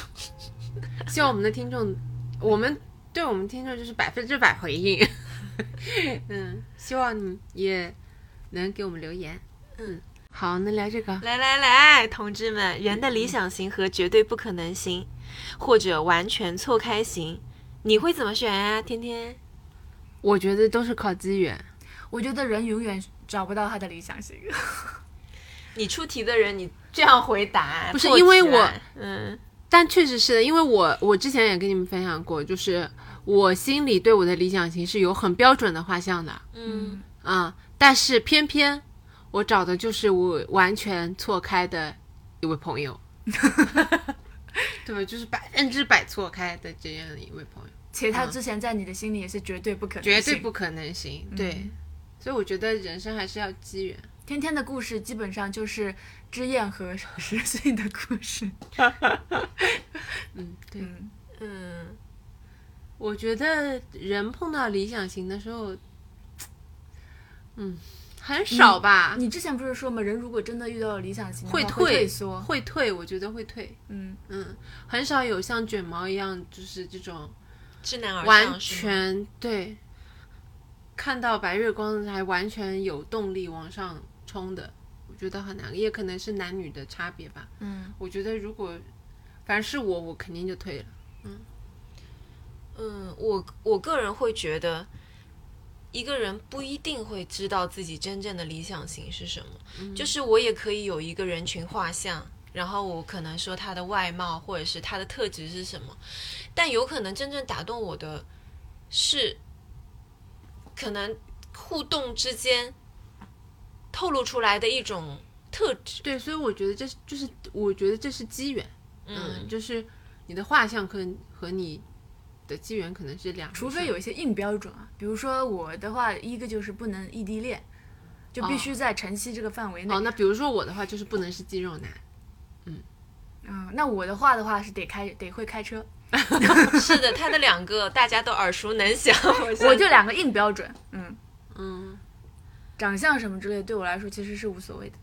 [SPEAKER 2] 希望我们的听众，我们对我们听众就是百分之百回应。 嗯，希望你也能给我们留言。嗯，好，那聊这个
[SPEAKER 1] 来来来，同志们，人的理想型和绝对不可能型，或者完全错开型，你会怎么选啊？天天，
[SPEAKER 2] 我觉得都是靠机缘。
[SPEAKER 4] 嗯，我觉得人永远找不到他的理想型。
[SPEAKER 1] 你出题的人，你这样回答，
[SPEAKER 2] 不是
[SPEAKER 1] 破
[SPEAKER 2] 因为
[SPEAKER 1] 题
[SPEAKER 2] 我
[SPEAKER 1] 啊，嗯，
[SPEAKER 2] 但确实是的，因为我我之前也跟你们分享过，就是我心里对我的理想型是有很标准的画像的，
[SPEAKER 1] 嗯，
[SPEAKER 2] 啊、但是偏偏我找的就是我完全错开的一位朋友，对，就是百分之百错开的这样一位朋友，
[SPEAKER 4] 其实他之前在你的心里也是绝对不可能性，
[SPEAKER 2] 绝对不可能行。对，所以我觉得人生还是要机缘。
[SPEAKER 4] 天天的故事基本上就是知燕和十岁的故事。
[SPEAKER 2] 嗯，对，
[SPEAKER 4] 嗯，
[SPEAKER 1] 嗯，
[SPEAKER 2] 我觉得人碰到理想型的时候，嗯，很少吧，
[SPEAKER 4] 你之前不是说吗？人如果真的遇到了理想型的话，
[SPEAKER 2] 会
[SPEAKER 4] 会
[SPEAKER 2] 退
[SPEAKER 4] 缩。
[SPEAKER 2] 会退，我觉得会退。
[SPEAKER 4] 嗯，
[SPEAKER 2] 嗯，很少有像卷毛一样，就是这种
[SPEAKER 1] 知难而
[SPEAKER 2] 完
[SPEAKER 1] 上是吗
[SPEAKER 2] 全对，看到白月光还完全有动力往上冲的，我觉得很难，也可能是男女的差别吧。
[SPEAKER 4] 嗯，
[SPEAKER 2] 我觉得如果反正是我，我肯定就退了。
[SPEAKER 1] 嗯，我我个人会觉得，一个人不一定会知道自己真正的理想型是什么。就是我也可以有一个人群画像，然后我可能说他的外貌或者是他的特质是什么，但有可能真正打动我的是，可能互动之间透露出来的一种特质。
[SPEAKER 2] 对，所以我觉得这是就是我觉得这是机缘，嗯，
[SPEAKER 1] 嗯，
[SPEAKER 2] 就是你的画像可能和你的机缘可能是两回事，
[SPEAKER 4] 除非有一些硬标准啊，比如说我的话，一个就是不能异地恋，就
[SPEAKER 1] 哦
[SPEAKER 4] 必须在晨曦这个范围内。
[SPEAKER 2] 哦，那比如说我的话就是不能是肌肉男，
[SPEAKER 4] 嗯，那我的话的话是得开得会开车，
[SPEAKER 1] 是的，他的两个大家都耳熟能详。我
[SPEAKER 4] 我
[SPEAKER 1] 相
[SPEAKER 4] 就两个硬标准。嗯，
[SPEAKER 2] 嗯，
[SPEAKER 4] 长相什么之类的对我来说其实是无所谓的。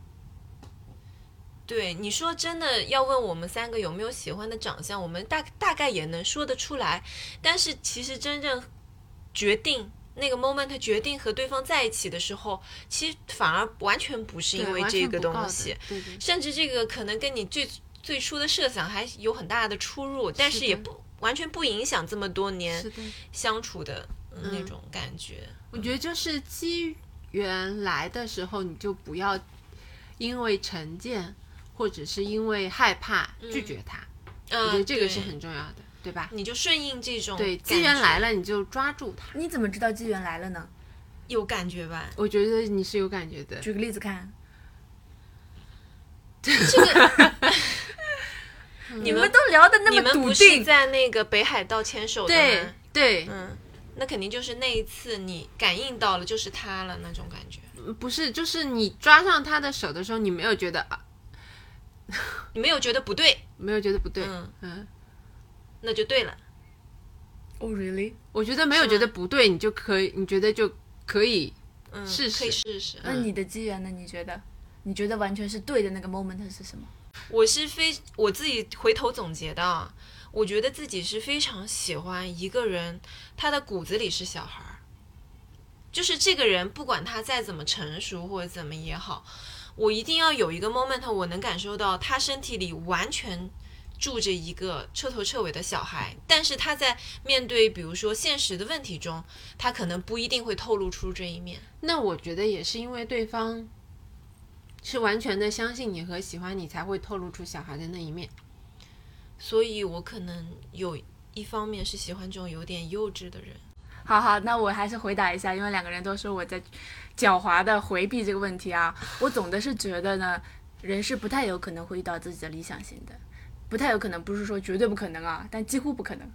[SPEAKER 1] 对你说真的，要问我们三个有没有喜欢的长相，我们大大概也能说得出来。但是其实真正决定那个 moment 决定和对方在一起的时候，其实反而完全不是
[SPEAKER 2] 对
[SPEAKER 1] 因为
[SPEAKER 2] 完
[SPEAKER 1] 这
[SPEAKER 2] 全
[SPEAKER 1] 个
[SPEAKER 2] 不告
[SPEAKER 1] 东
[SPEAKER 2] 的
[SPEAKER 1] 西，
[SPEAKER 2] 对对
[SPEAKER 1] 甚至这个可能跟你最最初的设想还有很大的出入，但
[SPEAKER 2] 是
[SPEAKER 1] 是也
[SPEAKER 2] 的
[SPEAKER 1] 不完全不影响这么多年
[SPEAKER 2] 是的。
[SPEAKER 1] 相处的嗯那种感觉。
[SPEAKER 2] 我觉得就是机缘来的时候，你就不要因为成见或者是因为害怕拒绝他，
[SPEAKER 1] 嗯，
[SPEAKER 2] 我觉得这个
[SPEAKER 1] 对
[SPEAKER 2] 是很重要的，对吧？
[SPEAKER 1] 你就顺应这种
[SPEAKER 2] 对，
[SPEAKER 1] 感
[SPEAKER 2] 机缘
[SPEAKER 1] 觉
[SPEAKER 2] 来了你就抓住它，
[SPEAKER 4] 你怎么知道机缘来了呢？
[SPEAKER 1] 有感觉吧？
[SPEAKER 2] 我觉得你是有感觉的。
[SPEAKER 4] 举个例子看，
[SPEAKER 1] 你
[SPEAKER 4] 你
[SPEAKER 1] 们
[SPEAKER 4] 们都聊的那
[SPEAKER 1] 嗯你
[SPEAKER 4] 么
[SPEAKER 1] 们
[SPEAKER 4] 笃
[SPEAKER 1] 不是
[SPEAKER 4] 定，
[SPEAKER 1] 在那个北海道牵手的
[SPEAKER 2] 对
[SPEAKER 1] 吗？
[SPEAKER 2] 对，
[SPEAKER 1] 嗯，那肯定就是那一次你感应到了，就是他了那种感觉。
[SPEAKER 2] 不是，就是你抓上他的手的时候，你没有觉得啊，
[SPEAKER 1] 你没有觉得不对，
[SPEAKER 2] 没有觉得不对，
[SPEAKER 1] 嗯
[SPEAKER 2] 嗯，
[SPEAKER 1] 那就对了。
[SPEAKER 4] 哦、really？
[SPEAKER 2] 我觉得没有
[SPEAKER 1] 是
[SPEAKER 2] 觉得
[SPEAKER 1] 吗
[SPEAKER 2] 不对，你就可以，你觉得就可以
[SPEAKER 1] 嗯，
[SPEAKER 2] 试试
[SPEAKER 1] 可以试试。
[SPEAKER 4] 那你的机缘呢？你觉得？你觉得完全是对的那个 moment 是什么？
[SPEAKER 1] 我是非我自己回头总结的啊，我觉得自己是非常喜欢一个人，他的骨子里是小孩儿，就是这个人不管他再怎么成熟或者怎么也好，我一定要有一个 moment，我能感受到他身体里完全。住着一个彻头彻尾的小孩，但是他在面对比如说现实的问题中，他可能不一定会透露出这一面。
[SPEAKER 2] 那我觉得也是因为对方是完全的相信你和喜欢你，才会透露出小孩的那一面。
[SPEAKER 1] 所以我可能有一方面是喜欢这种有点幼稚的人。
[SPEAKER 4] 好好，那我还是回答一下，因为两个人都说我在狡猾的回避这个问题啊。我总的是觉得呢，人是不太有可能会遇到自己的理想型的，不太有可能，不是说绝对不可能啊，但几乎不可能，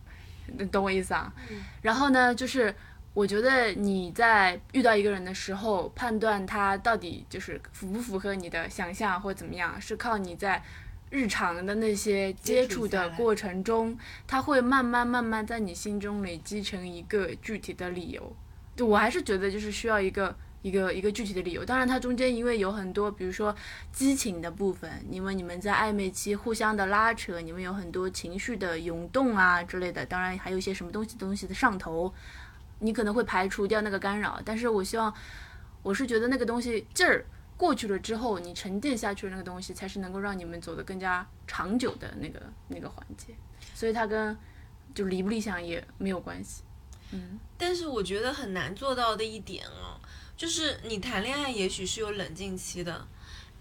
[SPEAKER 4] 你懂我意思啊？
[SPEAKER 2] 嗯
[SPEAKER 4] 然后呢，就是我觉得你在遇到一个人的时候，判断他到底就是符不符合你的想象或怎么样，是靠你在日常的那些接
[SPEAKER 2] 接
[SPEAKER 4] 触
[SPEAKER 2] 触
[SPEAKER 4] 的
[SPEAKER 2] 下来
[SPEAKER 4] 过程中，他会慢慢慢慢在你心中累积成一个具体的理由。就我还是觉得就是需要一个。一个一个具体的理由，当然它中间因为有很多，比如说激情的部分，因为你们在暧昧期互相的拉扯，你们有很多情绪的涌动啊之类的，当然还有一些什么东西东西的上头，你可能会排除掉那个干扰，但是我希望，我是觉得那个东西劲儿过去了之后，你沉淀下去的那个东西，才是能够让你们走得更加长久的那个那个环节。所以它跟就理不理想也没有关系。
[SPEAKER 1] 但是我觉得很难做到的一点哦，就是你谈恋爱也许是有冷静期的，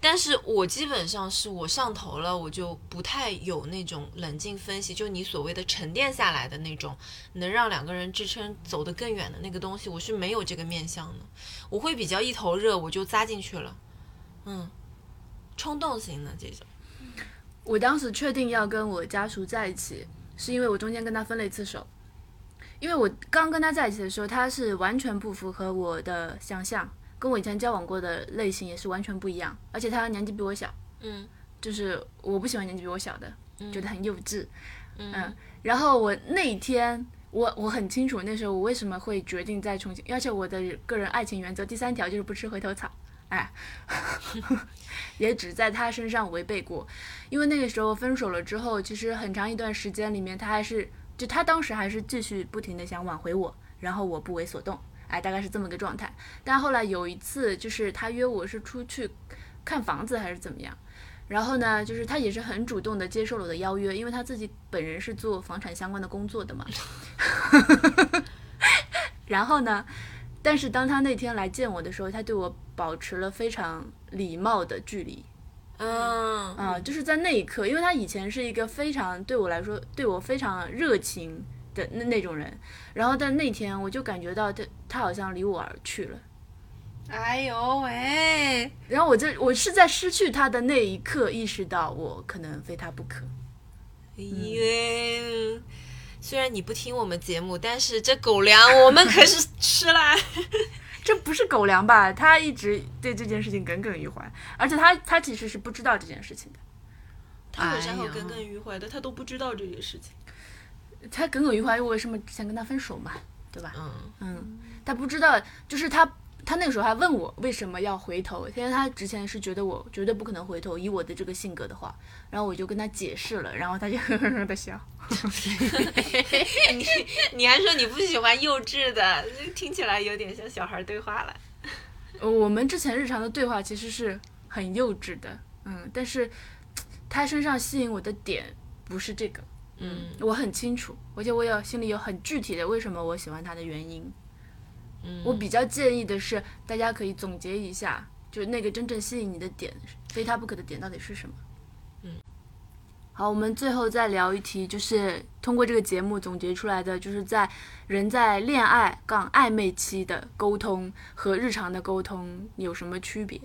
[SPEAKER 1] 但是我基本上是我上头了，我就不太有那种冷静分析，就你所谓的沉淀下来的那种，能让两个人支撑走得更远的那个东西，我是没有这个面向的，我会比较一头热，我就扎进去了，嗯，冲动型的这种。
[SPEAKER 4] 我当时确定要跟我家属在一起，是因为我中间跟他分了一次手，因为我刚跟他在一起的时候，他是完全不符合我的想象，跟我以前交往过的类型也是完全不一样，而且他年纪比我小，
[SPEAKER 1] 嗯
[SPEAKER 4] 就是我不喜欢年纪比我小的，觉得很幼稚。
[SPEAKER 1] 嗯
[SPEAKER 4] 然后我那一天，我我很清楚那时候我为什么会决定再重新，而且我的个人爱情原则第三条就是不吃回头草，哎， 也只在他身上违背过，因为那个时候分手了之后，其实很长一段时间里面，他还是就他当时还是继续不停的想挽回我，然后我不为所动，哎，大概是这么个状态。但后来有一次，就是他约我是出去看房子还是怎么样。然后呢，就是他也是很主动的接受了我的邀约，因为他自己本人是做房产相关的工作的嘛。 然后呢，但是当他那天来见我的时候，他对我保持了非常礼貌的距离
[SPEAKER 1] 嗯
[SPEAKER 4] 啊、就是在那一刻，因为他以前是一个非常对我来说对我非常热情的那那种人，然后但那天我就感觉到他他好像离我而去了。
[SPEAKER 1] 哎呦喂，
[SPEAKER 4] 然后我这我是在失去他的那一刻意识到我可能非他不可，
[SPEAKER 1] 因为虽然你不听我们节目，但是这狗粮我们可是吃啦。
[SPEAKER 4] 这不是狗粮吧？他一直对这件事情耿耿于怀，而且他他其实是不知道这件事情的，
[SPEAKER 2] 哎
[SPEAKER 5] 他
[SPEAKER 2] 呀
[SPEAKER 5] 有啥好耿耿于怀的？他都不知道这件事情。
[SPEAKER 4] 他耿耿于怀，为什么之前跟他分手嘛，对吧？
[SPEAKER 1] 嗯，
[SPEAKER 4] 嗯，他不知道，就是他他那个时候还问我为什么要回头，因为他之前是觉得我绝对不可能回头，以我的这个性格的话，然后我就跟他解释了，然后他就 呵呵呵的笑。
[SPEAKER 1] 你还说你不喜欢幼稚的，这听起来有点像小孩对话了。
[SPEAKER 4] 呃我们之前日常的对话其实是很幼稚的，嗯，但是他身上吸引我的点不是这个，
[SPEAKER 1] 嗯
[SPEAKER 4] 我很清楚，而且我有心里有很具体的为什么我喜欢他的原因。
[SPEAKER 1] 嗯
[SPEAKER 4] 我比较建议的是，大家可以总结一下，就是那个真正吸引你的点，非他不可的点到底是什么。
[SPEAKER 1] 嗯，
[SPEAKER 4] 好，我们最后再聊一题，就是通过这个节目总结出来的，就是在人在恋爱杠暧昧期的沟通和日常的沟通有什么区别？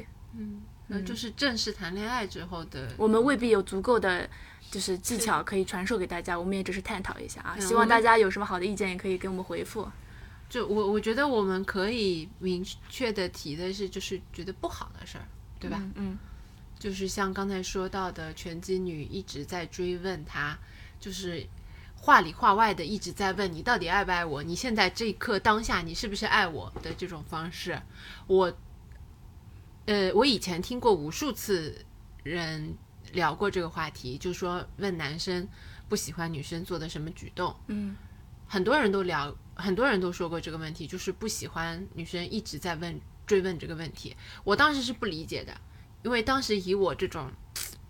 [SPEAKER 2] 那
[SPEAKER 1] 嗯
[SPEAKER 2] 就是正式谈恋爱之后的，
[SPEAKER 4] 我们未必有足够的就是技巧可以传授给大家，我们也只是探讨一下啊。
[SPEAKER 2] 嗯
[SPEAKER 4] 希望大家有什么好的意见，也可以给我们回复。
[SPEAKER 2] 就我我觉得我们可以明确的提的是，就是觉得不好的事儿，对吧？
[SPEAKER 4] 嗯嗯，
[SPEAKER 2] 就是像刚才说到的，拳击女一直在追问他，就是话里话外的一直在问你到底爱不爱我，你现在这一刻当下你是不是爱我的这种方式，我，呃，我以前听过无数次人聊过这个话题，就说问男生不喜欢女生做的什么举动，
[SPEAKER 4] 嗯，
[SPEAKER 2] 很多人都聊，很多人都说过这个问题，就是不喜欢女生一直在问追问这个问题，我当时是不理解的。因为当时以我这种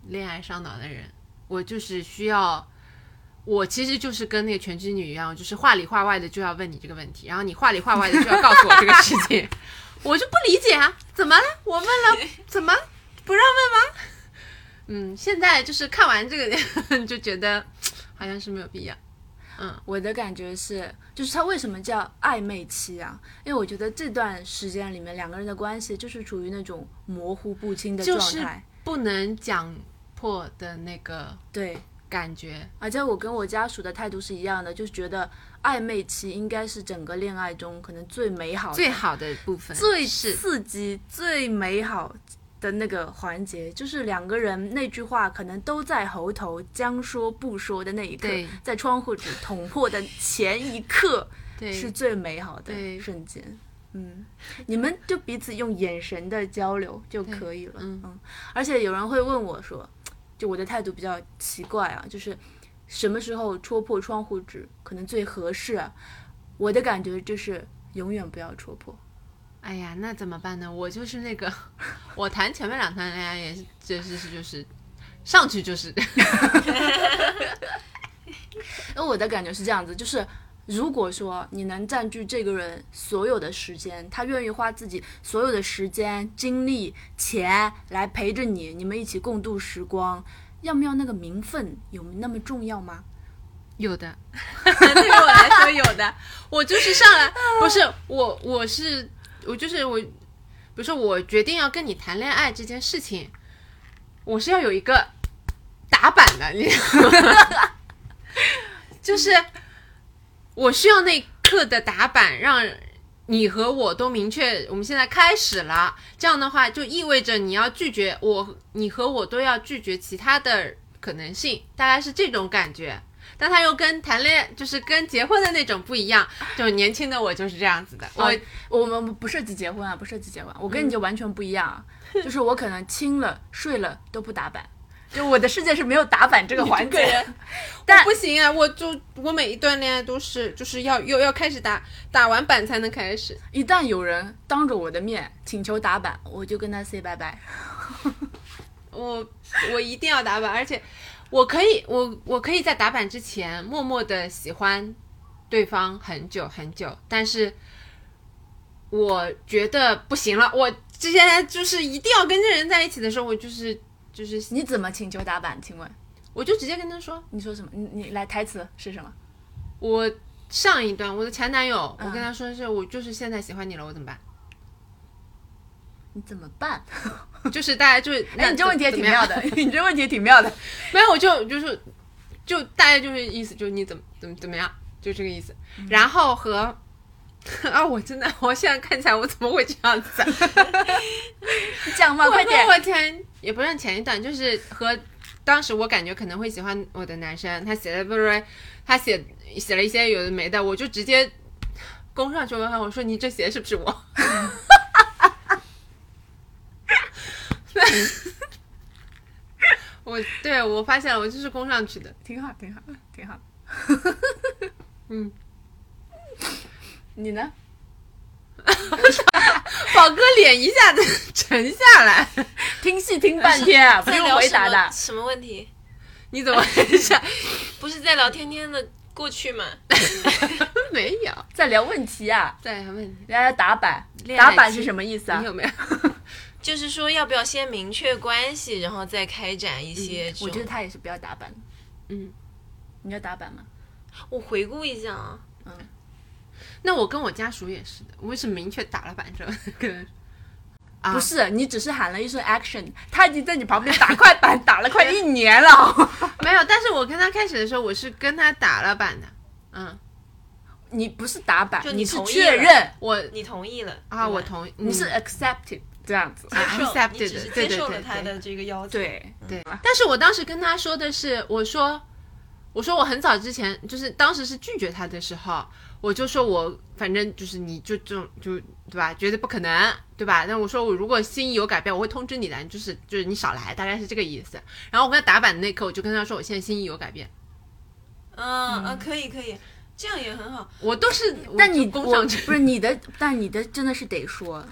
[SPEAKER 2] 恋爱上脑的人，我就是需要，我其实就是跟那个全职女一样，就是话里话外的就要问你这个问题，然后你话里话外的就要告诉我这个事情， 我就不理解啊，怎么了？我问了，怎么不让问吗？嗯，现在就是看完这个 就觉得好像是没有必要。
[SPEAKER 4] 我的感觉是，就是它为什么叫暧昧期啊？因为我觉得这段时间里面，两个人的关系就是处于那种模糊不清的状态。
[SPEAKER 2] 就是不能讲破的那个
[SPEAKER 4] 对，
[SPEAKER 2] 感觉，
[SPEAKER 4] 而且我跟我家属的态度是一样的，就是觉得暧昧期应该是整个恋爱中可能最美好的、
[SPEAKER 2] 最好的部分
[SPEAKER 4] 最
[SPEAKER 2] 是
[SPEAKER 4] 刺激、最美好的那个环节，就是两个人那句话可能都在喉头，将说不说的那一刻
[SPEAKER 2] 对，
[SPEAKER 4] 在窗户纸捅破的前一刻，
[SPEAKER 2] 对
[SPEAKER 4] 是最美好的
[SPEAKER 2] 对
[SPEAKER 4] 瞬间。嗯，你们就彼此用眼神的交流就可以了。
[SPEAKER 2] 嗯
[SPEAKER 4] 而且有人会问我说，就我的态度比较奇怪啊，就是什么时候戳破窗户纸可能最合适、啊？我的感觉就是永远不要戳破。
[SPEAKER 2] 哎呀，那怎么办呢？我就是那个，我谈前面两段恋爱也是，就是是就是上去就是，
[SPEAKER 4] 那我的感觉是这样子，就是如果说你能占据这个人所有的时间，他愿意花自己所有的时间、精力、钱来陪着你，你们一起共度时光，要不要那个名分有那么重要吗？
[SPEAKER 2] 有的， 对于我来说有的，我就是上来不是我，我是我就是我，比如说我决定要跟你谈恋爱这件事情，我是要有一个打板的，你 就是我需要那一刻的打板，让你和我都明确我们现在开始了。这样的话，就意味着你要拒绝我，你和我都要拒绝其他的可能性，大概是这种感觉。但他又跟谈恋爱，就是跟结婚的那种不一样。就年轻的我就是这样子的，我
[SPEAKER 4] 哦我们不涉及结婚啊，不涉及结婚，我跟你就完全不一样啊，就是我可能亲了、 睡了都不打板，啊就我的世界是没有打板这个环节。但
[SPEAKER 2] 不行啊，我就我每一段恋爱都是就是要又要开始打打完板才能开始。
[SPEAKER 4] 一旦有人当着我的面请求打板，我就跟他 say 拜拜。
[SPEAKER 2] 我我一定要打板，而且我可以我我可以在打板之前默默的喜欢对方很久很久，但是我觉得不行了，我之前就是一定要跟这人在一起的时候，我就是就是
[SPEAKER 4] 你怎么请求打板？请问
[SPEAKER 2] 我就直接跟他说，
[SPEAKER 4] 你说什么？你你来台词是什么？
[SPEAKER 2] 我上一段我的前男友，我跟
[SPEAKER 4] 嗯
[SPEAKER 2] 他说是我就是现在喜欢你了，我怎么办？
[SPEAKER 4] 你怎么办？
[SPEAKER 2] 就是大家就是
[SPEAKER 4] 哎，
[SPEAKER 2] 那
[SPEAKER 4] 你这问题也
[SPEAKER 2] 怎
[SPEAKER 4] 挺
[SPEAKER 2] 么样
[SPEAKER 4] 妙的， 你这问题也挺妙的。
[SPEAKER 2] 没有，我就就是就大概就是意思，就是你怎么怎么怎么样，就这个意思。然后和 啊，我真的，我现在看起来我怎么会这样子啊、
[SPEAKER 4] 你讲嘛，
[SPEAKER 2] 我
[SPEAKER 4] 啊快点
[SPEAKER 2] 跟！我前也不是前一段，就是和当时我感觉可能会喜欢我的男生，他写的不是他写写了一些有的没的，我就直接攻上去问他，我说你这写的是不是我？ 我对我发现了，我就是攻上去的。
[SPEAKER 4] 挺好，挺好，挺好。
[SPEAKER 2] 嗯，
[SPEAKER 4] 你呢？
[SPEAKER 2] 宝哥脸一下子沉下来，
[SPEAKER 4] 听戏听半天 啊，不
[SPEAKER 5] 在
[SPEAKER 4] 用
[SPEAKER 5] 聊
[SPEAKER 4] 回
[SPEAKER 5] 什
[SPEAKER 4] 答
[SPEAKER 5] 么
[SPEAKER 4] 的。
[SPEAKER 5] 什么问题？
[SPEAKER 2] 你怎么一 下？
[SPEAKER 5] 不是在聊天天的过去吗？
[SPEAKER 2] 没有，
[SPEAKER 4] 在聊问题啊，
[SPEAKER 2] 再问你，
[SPEAKER 4] 人家打板，
[SPEAKER 1] 恋爱
[SPEAKER 4] 打板
[SPEAKER 1] 期
[SPEAKER 4] 是什么意思啊
[SPEAKER 2] 你？有没有？
[SPEAKER 1] 就是说要不要先明
[SPEAKER 3] 嗯
[SPEAKER 1] 确关系，然后再开展一些这种。
[SPEAKER 4] 我觉得他也是不要打板。
[SPEAKER 2] 嗯，
[SPEAKER 4] 你要打板吗？
[SPEAKER 1] 我回顾一下啊，
[SPEAKER 2] 那我跟我家属也是的，我是明确打了板之后跟啊
[SPEAKER 4] 不是，你只是喊了一声 action，他已经在你旁边打快板打了快一年了。
[SPEAKER 2] 没有，但是我跟他开始的时候，我是跟他打了板的，嗯，
[SPEAKER 4] 你不是打板
[SPEAKER 1] 就，你
[SPEAKER 4] 你是
[SPEAKER 1] 同意
[SPEAKER 4] 确
[SPEAKER 1] 了
[SPEAKER 4] 认，
[SPEAKER 2] 我
[SPEAKER 1] 你同意了
[SPEAKER 2] 啊，我
[SPEAKER 1] 对吧
[SPEAKER 2] 同意，
[SPEAKER 4] 你是 accepted 这样子。
[SPEAKER 2] 啊
[SPEAKER 5] 受嗯你
[SPEAKER 2] accepted，
[SPEAKER 5] 只是
[SPEAKER 2] 对
[SPEAKER 5] 接
[SPEAKER 2] 对
[SPEAKER 5] 受
[SPEAKER 2] 对
[SPEAKER 5] 了他
[SPEAKER 2] 对
[SPEAKER 5] 的这个要求。，
[SPEAKER 4] 对，
[SPEAKER 2] 对，但是我当时跟他说的是，我说，我说我很早之前就是当时是拒绝他的时候，我就说我反正就是你就这种就对吧，绝对不可能对吧？那我说我如果心意有改变，我会通知你的，就是就是你少来，大概是这个意思。然后我跟他打板的那一刻，我就跟他说我现在心意有改变，
[SPEAKER 5] 嗯啊，可以可以，这样也很好。
[SPEAKER 2] 我都是
[SPEAKER 4] 但你
[SPEAKER 2] 我就攻
[SPEAKER 4] 我
[SPEAKER 2] 上
[SPEAKER 4] 不
[SPEAKER 2] 去，
[SPEAKER 4] 是你的，但你的真的是得说，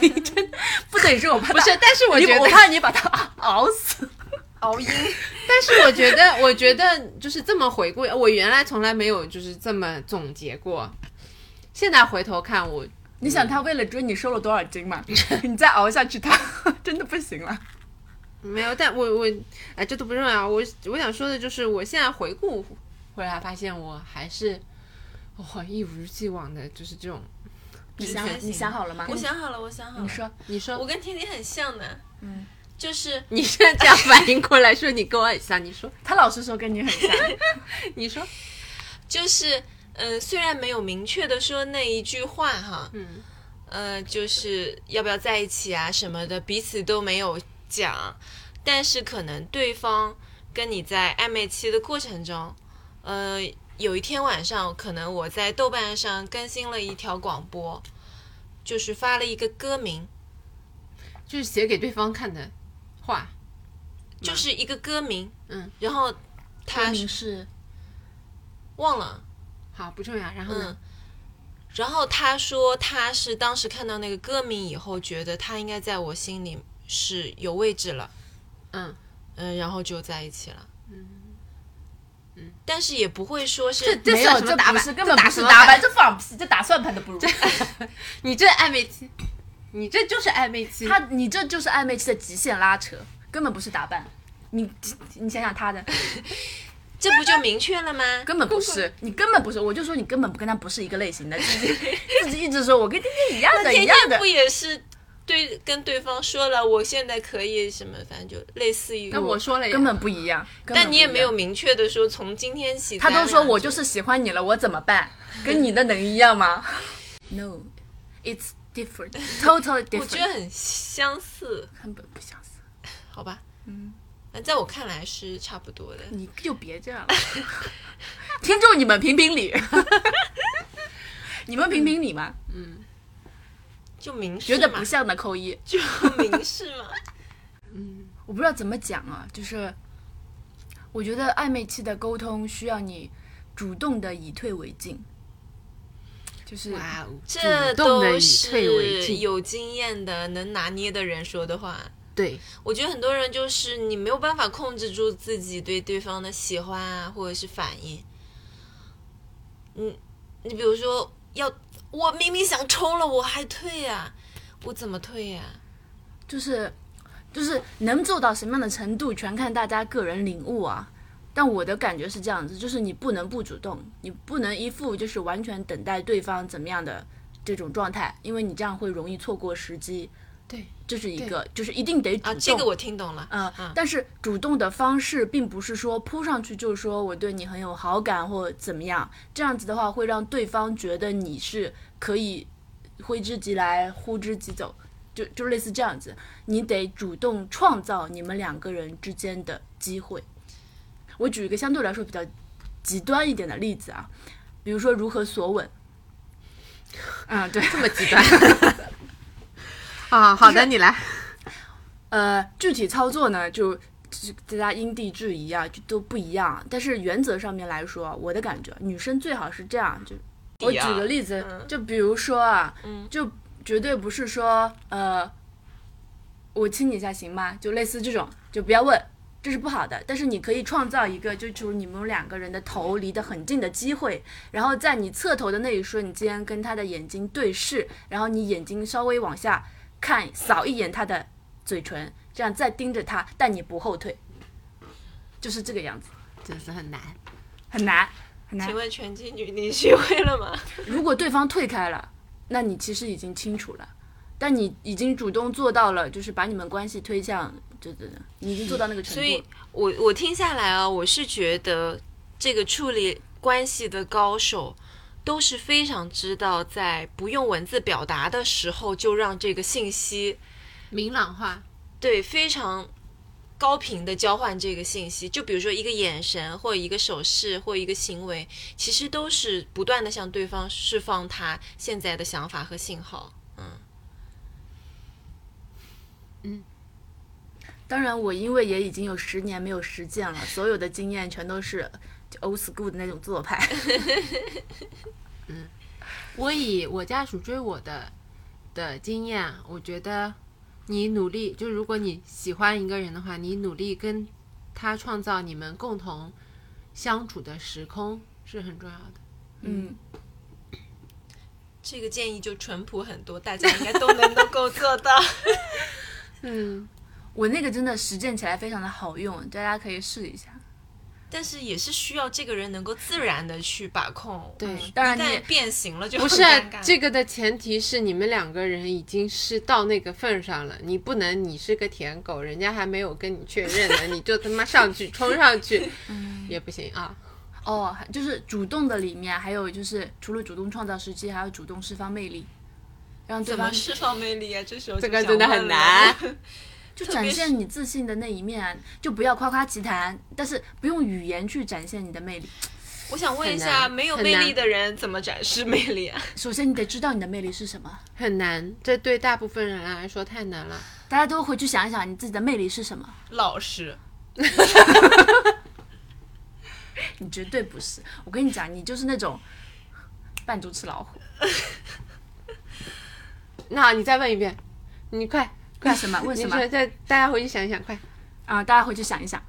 [SPEAKER 4] 你真不得说，我怕
[SPEAKER 2] 不是
[SPEAKER 4] 他，
[SPEAKER 2] 但是我
[SPEAKER 4] 你
[SPEAKER 2] 觉
[SPEAKER 4] 我
[SPEAKER 2] 得。
[SPEAKER 4] 怕你把他 熬死。
[SPEAKER 5] 熬鹰，
[SPEAKER 2] 但是我觉得，我觉得就是这么回顾，我原来从来没有就是这么总结过。现在回头看，我
[SPEAKER 4] 你想他为了追你瘦了多少斤嘛？你再熬下去，他 真的不行了。
[SPEAKER 2] 没有，但我我哎，这都不重要。我我想说的就是，我现在回顾回来，发现我还是我一如既往的，就是这种。
[SPEAKER 4] 你想
[SPEAKER 5] 觉醒
[SPEAKER 4] 你想好了吗？
[SPEAKER 5] 我，想好了，我想好了。
[SPEAKER 4] 你说
[SPEAKER 2] 你说
[SPEAKER 5] 我，跟天天很像的，嗯，就是
[SPEAKER 2] 你现在这样反应过来说你跟我很像，你说，
[SPEAKER 4] 他老是说跟你很像，
[SPEAKER 2] 你说，
[SPEAKER 1] 就是，嗯、虽然没有明确的说那一句话哈，
[SPEAKER 2] 嗯，
[SPEAKER 1] 呃，就是要不要在一起啊什么的，彼此都没有讲，但是可能对方跟你在暧昧期的过程中，呃，有一天晚上，可能我在豆瓣上更新了一条广播，就是发了一个歌名，
[SPEAKER 2] 就是写给对方看的话，
[SPEAKER 1] 就是一个歌名，
[SPEAKER 2] 嗯，
[SPEAKER 1] 然后他
[SPEAKER 4] 明是
[SPEAKER 1] 忘了。
[SPEAKER 2] 好不重要。然后
[SPEAKER 1] 嗯
[SPEAKER 2] 呢，，
[SPEAKER 1] 然后他说他是当时看到那个歌名以后，觉得他应该在我心里是有位置了，
[SPEAKER 2] 嗯，
[SPEAKER 1] 嗯，然后就在一起了，嗯嗯，但是也不会说
[SPEAKER 2] 这
[SPEAKER 1] 是
[SPEAKER 2] 这
[SPEAKER 4] 没有
[SPEAKER 2] 算什么
[SPEAKER 4] 这
[SPEAKER 2] 打
[SPEAKER 4] 不
[SPEAKER 2] 板？
[SPEAKER 4] 是根本
[SPEAKER 2] 打
[SPEAKER 4] 不
[SPEAKER 2] 什
[SPEAKER 4] 是
[SPEAKER 2] 么
[SPEAKER 4] 打
[SPEAKER 2] 板
[SPEAKER 4] 板，？这放屁，这打算盘都不如。
[SPEAKER 2] 你这暧昧期，你这就是暧昧期。
[SPEAKER 4] 他你这就是暧昧期的极限拉扯，根本不是打扮。你你想想他的，
[SPEAKER 1] 这不就明确了吗？
[SPEAKER 4] 根本不是，你根本不是，我就说 你根本不跟他不是一个类型的，自己自己一直说我跟天天一样的，
[SPEAKER 1] 天
[SPEAKER 4] 一样
[SPEAKER 1] 天
[SPEAKER 4] 的
[SPEAKER 1] 不，也是对跟对方说了，我现在可以什么，反正就类似于。
[SPEAKER 2] 那我说了呀，
[SPEAKER 4] 根本不一样。根本
[SPEAKER 1] 但你也
[SPEAKER 4] 不一
[SPEAKER 1] 没
[SPEAKER 4] 样
[SPEAKER 1] 有明确的说从今天起咱
[SPEAKER 4] 他
[SPEAKER 1] 俩。
[SPEAKER 4] 都说我就是喜欢你了，我怎么办？跟你的能一样吗 ？No, it's different, totally
[SPEAKER 1] 我觉得
[SPEAKER 4] different，
[SPEAKER 1] 很相似，
[SPEAKER 4] 根本不相似。
[SPEAKER 1] 好吧？嗯，在我看来是差不多的。
[SPEAKER 4] 你就别这样 了，听众你们评评理， 你们评评理嘛，
[SPEAKER 1] 就明示
[SPEAKER 4] 觉得
[SPEAKER 1] 嘛
[SPEAKER 4] 不像的扣一。
[SPEAKER 1] 就明示嘛。
[SPEAKER 4] 我不知道怎么讲啊，就是我觉得暧昧期的沟通需要你主动的以退为进，就是
[SPEAKER 1] 哇哦，
[SPEAKER 2] 这
[SPEAKER 1] 这
[SPEAKER 2] 都
[SPEAKER 1] 都
[SPEAKER 2] 是
[SPEAKER 1] 是有经验的、能拿捏的人说的话。
[SPEAKER 2] 对，
[SPEAKER 1] 我觉得很多人就是你没有办法控制住自己对对方的喜欢啊，或者是反 应。嗯，你比如说要我明明想冲了，我还退呀、我怎么退呀、
[SPEAKER 4] 就是就是能做到什么样的程度，全看大家个人领悟啊。但我的感觉是这样子，就是你不能不主动，你不能一副就是完全等待对方怎么样的这种状态，因为你这样会容易错过时机。
[SPEAKER 2] 对，
[SPEAKER 4] 这是一个，就是一定得主
[SPEAKER 1] 啊，
[SPEAKER 4] 动。
[SPEAKER 1] 这个我听懂了。
[SPEAKER 4] 嗯，但是主动的方式并不是说扑上去就说我对你很有好感或怎么样，这样子的话会让对方觉得你是可以挥之即来呼之即走，就就类似这样子，你得主动创造你们两个人之间的机会。我举一个相对来说比较极端一点的例子啊，比如说如何索吻。啊、对，
[SPEAKER 2] 这么极端。 啊，好的，你来。
[SPEAKER 4] 呃，具体操作呢，就就是大家因地制宜啊，就都不一样。但是原则上面来说，我的感觉，女生最好是这样，就我举个例子，就比如说啊，就绝对不是说呃，我亲你一下行吗？就类似这种，就不要问。这是不好的，但是你可以创造一个，就就是你们两个人的头离得很近的机会，然后在你侧头的那一瞬间跟他的眼睛对视，然后你眼睛稍微往下看，扫一眼他的嘴唇，这样再盯着他，但你不后退，就是这个样子，
[SPEAKER 2] 真是很难。
[SPEAKER 4] 很难很难
[SPEAKER 1] 请。问拳击女，你学会了吗？
[SPEAKER 4] 如果对方退开了，那你其实已经清楚了，但你已经主动做到了，就是把你们关系推向，对对对，你已经做到那个程
[SPEAKER 1] 所
[SPEAKER 4] 度了。
[SPEAKER 1] 以我我听下来啊，我是觉得这个处理关系的高手。都是非常知道，在不用文字表达的时候，就让这个信息
[SPEAKER 2] 明朗化，
[SPEAKER 1] 对，非常高频的交换这个信息。就比如说一个眼神，或者一个手势，或者一个行为，其实都是不断的向对方释放他现在的想法和信号。
[SPEAKER 4] 当然，我因为也已经有十年没有实践了，所有的经验全都是就 old school 的那种做派。
[SPEAKER 1] 嗯
[SPEAKER 2] 我以我家属追我的的经验，我觉得你努力，就如果你喜欢一个人的话，你努力跟他创造你们共同相处的时空是很重要的。
[SPEAKER 4] 嗯，
[SPEAKER 1] 这个建议就淳朴很多，大家应该都能够做到。
[SPEAKER 2] 嗯，
[SPEAKER 4] 我那个真的实践起来非常的好用，大家可以试一下。
[SPEAKER 1] 但是也是需要这个人能够自然的去把控。嗯
[SPEAKER 2] 对
[SPEAKER 1] 一
[SPEAKER 4] 当然你也
[SPEAKER 1] 旦变形了就
[SPEAKER 2] 不
[SPEAKER 1] 很
[SPEAKER 2] 是啊
[SPEAKER 1] 尴尬
[SPEAKER 2] 这个的前提是你们两个人已经是到那个份上了，你不能你是个舔狗，人家还没有跟你确认呢，你就他妈上去冲上 去
[SPEAKER 4] 嗯
[SPEAKER 2] 也不行啊。
[SPEAKER 4] 哦，就是主动的里面，还有就是除了主动创造时机，还要主动释放魅力，让对
[SPEAKER 1] 怎
[SPEAKER 4] 方
[SPEAKER 1] 么释放魅力啊？这时候
[SPEAKER 2] 这
[SPEAKER 1] 就
[SPEAKER 2] 个
[SPEAKER 1] 想
[SPEAKER 2] 真的
[SPEAKER 1] 问
[SPEAKER 2] 很
[SPEAKER 1] 了
[SPEAKER 2] 难。
[SPEAKER 4] 就
[SPEAKER 1] 别
[SPEAKER 4] 展
[SPEAKER 1] 是
[SPEAKER 4] 现你自信的那一面啊，就不要夸夸其谈，但是不用语言去展现你的魅力。
[SPEAKER 1] 我想问一
[SPEAKER 2] 很
[SPEAKER 1] 下，
[SPEAKER 2] 难
[SPEAKER 1] 没有
[SPEAKER 2] 很
[SPEAKER 1] 魅
[SPEAKER 2] 难
[SPEAKER 1] 力的人怎么展示魅力啊？
[SPEAKER 4] 首先，你得知道你的魅力是什么。
[SPEAKER 2] 很难，这对大部分人来说太难了。
[SPEAKER 4] 大家都回去想一想，你自己的魅力是什么？
[SPEAKER 1] 老实。
[SPEAKER 4] 你绝对不是。我跟你讲，你就是那种扮猪吃老虎。
[SPEAKER 2] 那你再问一遍，你快快
[SPEAKER 4] 为什么为什么
[SPEAKER 2] 你说再大家回去想一想，快，
[SPEAKER 4] 啊，大家回去想一想，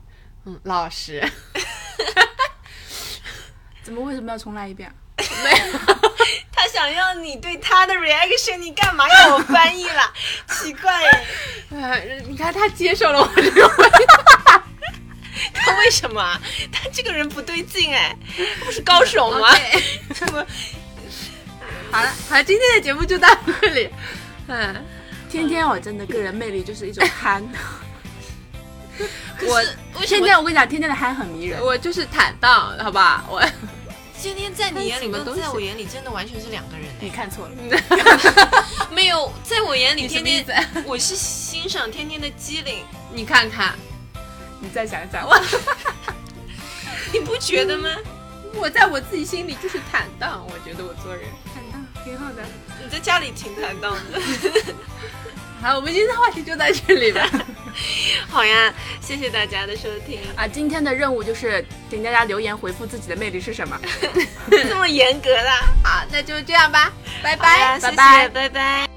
[SPEAKER 2] 嗯，老实，
[SPEAKER 4] 怎么为什么要重来一遍？
[SPEAKER 1] 他想要你对他的 reaction，你干嘛要我翻译啦？ 奇怪耶，
[SPEAKER 2] 呃，你看他接受了我这个，
[SPEAKER 1] 他为什么啊？他这个人不对劲哎，他不是高手吗？
[SPEAKER 2] 好了，好了，今天的节目就到这里，嗯，
[SPEAKER 4] 天天我真的个人魅力就是一种憨。
[SPEAKER 2] 我
[SPEAKER 1] 为什
[SPEAKER 4] 天
[SPEAKER 1] 么
[SPEAKER 4] 天我跟你讲，天天的憨很迷人。
[SPEAKER 2] 我就是坦荡，好吧？我
[SPEAKER 1] 今天在你眼里
[SPEAKER 2] 什么
[SPEAKER 1] 跟
[SPEAKER 2] 东西
[SPEAKER 1] 嗯在我眼里真的完全是两个人
[SPEAKER 4] 你看错了，
[SPEAKER 1] 哎？没有，在我眼里天天
[SPEAKER 2] 你什么意
[SPEAKER 1] 我是欣赏天天的机灵，
[SPEAKER 2] 你看看，
[SPEAKER 4] 你再想想，我
[SPEAKER 1] 你不觉得吗？
[SPEAKER 2] 我在我自己心里就是坦荡，我觉得我做人。
[SPEAKER 4] 坦荡挺好的。
[SPEAKER 1] 你在家里挺坦荡的。
[SPEAKER 2] 好，我们今天的话题就到这里吧。
[SPEAKER 1] 好呀，谢谢大家的收听，
[SPEAKER 4] 啊，今天的任务就是请大家留言回复自己的魅力是什么。
[SPEAKER 1] 这么严格啦，
[SPEAKER 2] 好，那就这样吧，拜
[SPEAKER 1] 好呀
[SPEAKER 2] 拜，
[SPEAKER 1] 谢
[SPEAKER 2] 拜
[SPEAKER 1] 谢，拜
[SPEAKER 2] 拜。
[SPEAKER 1] 拜。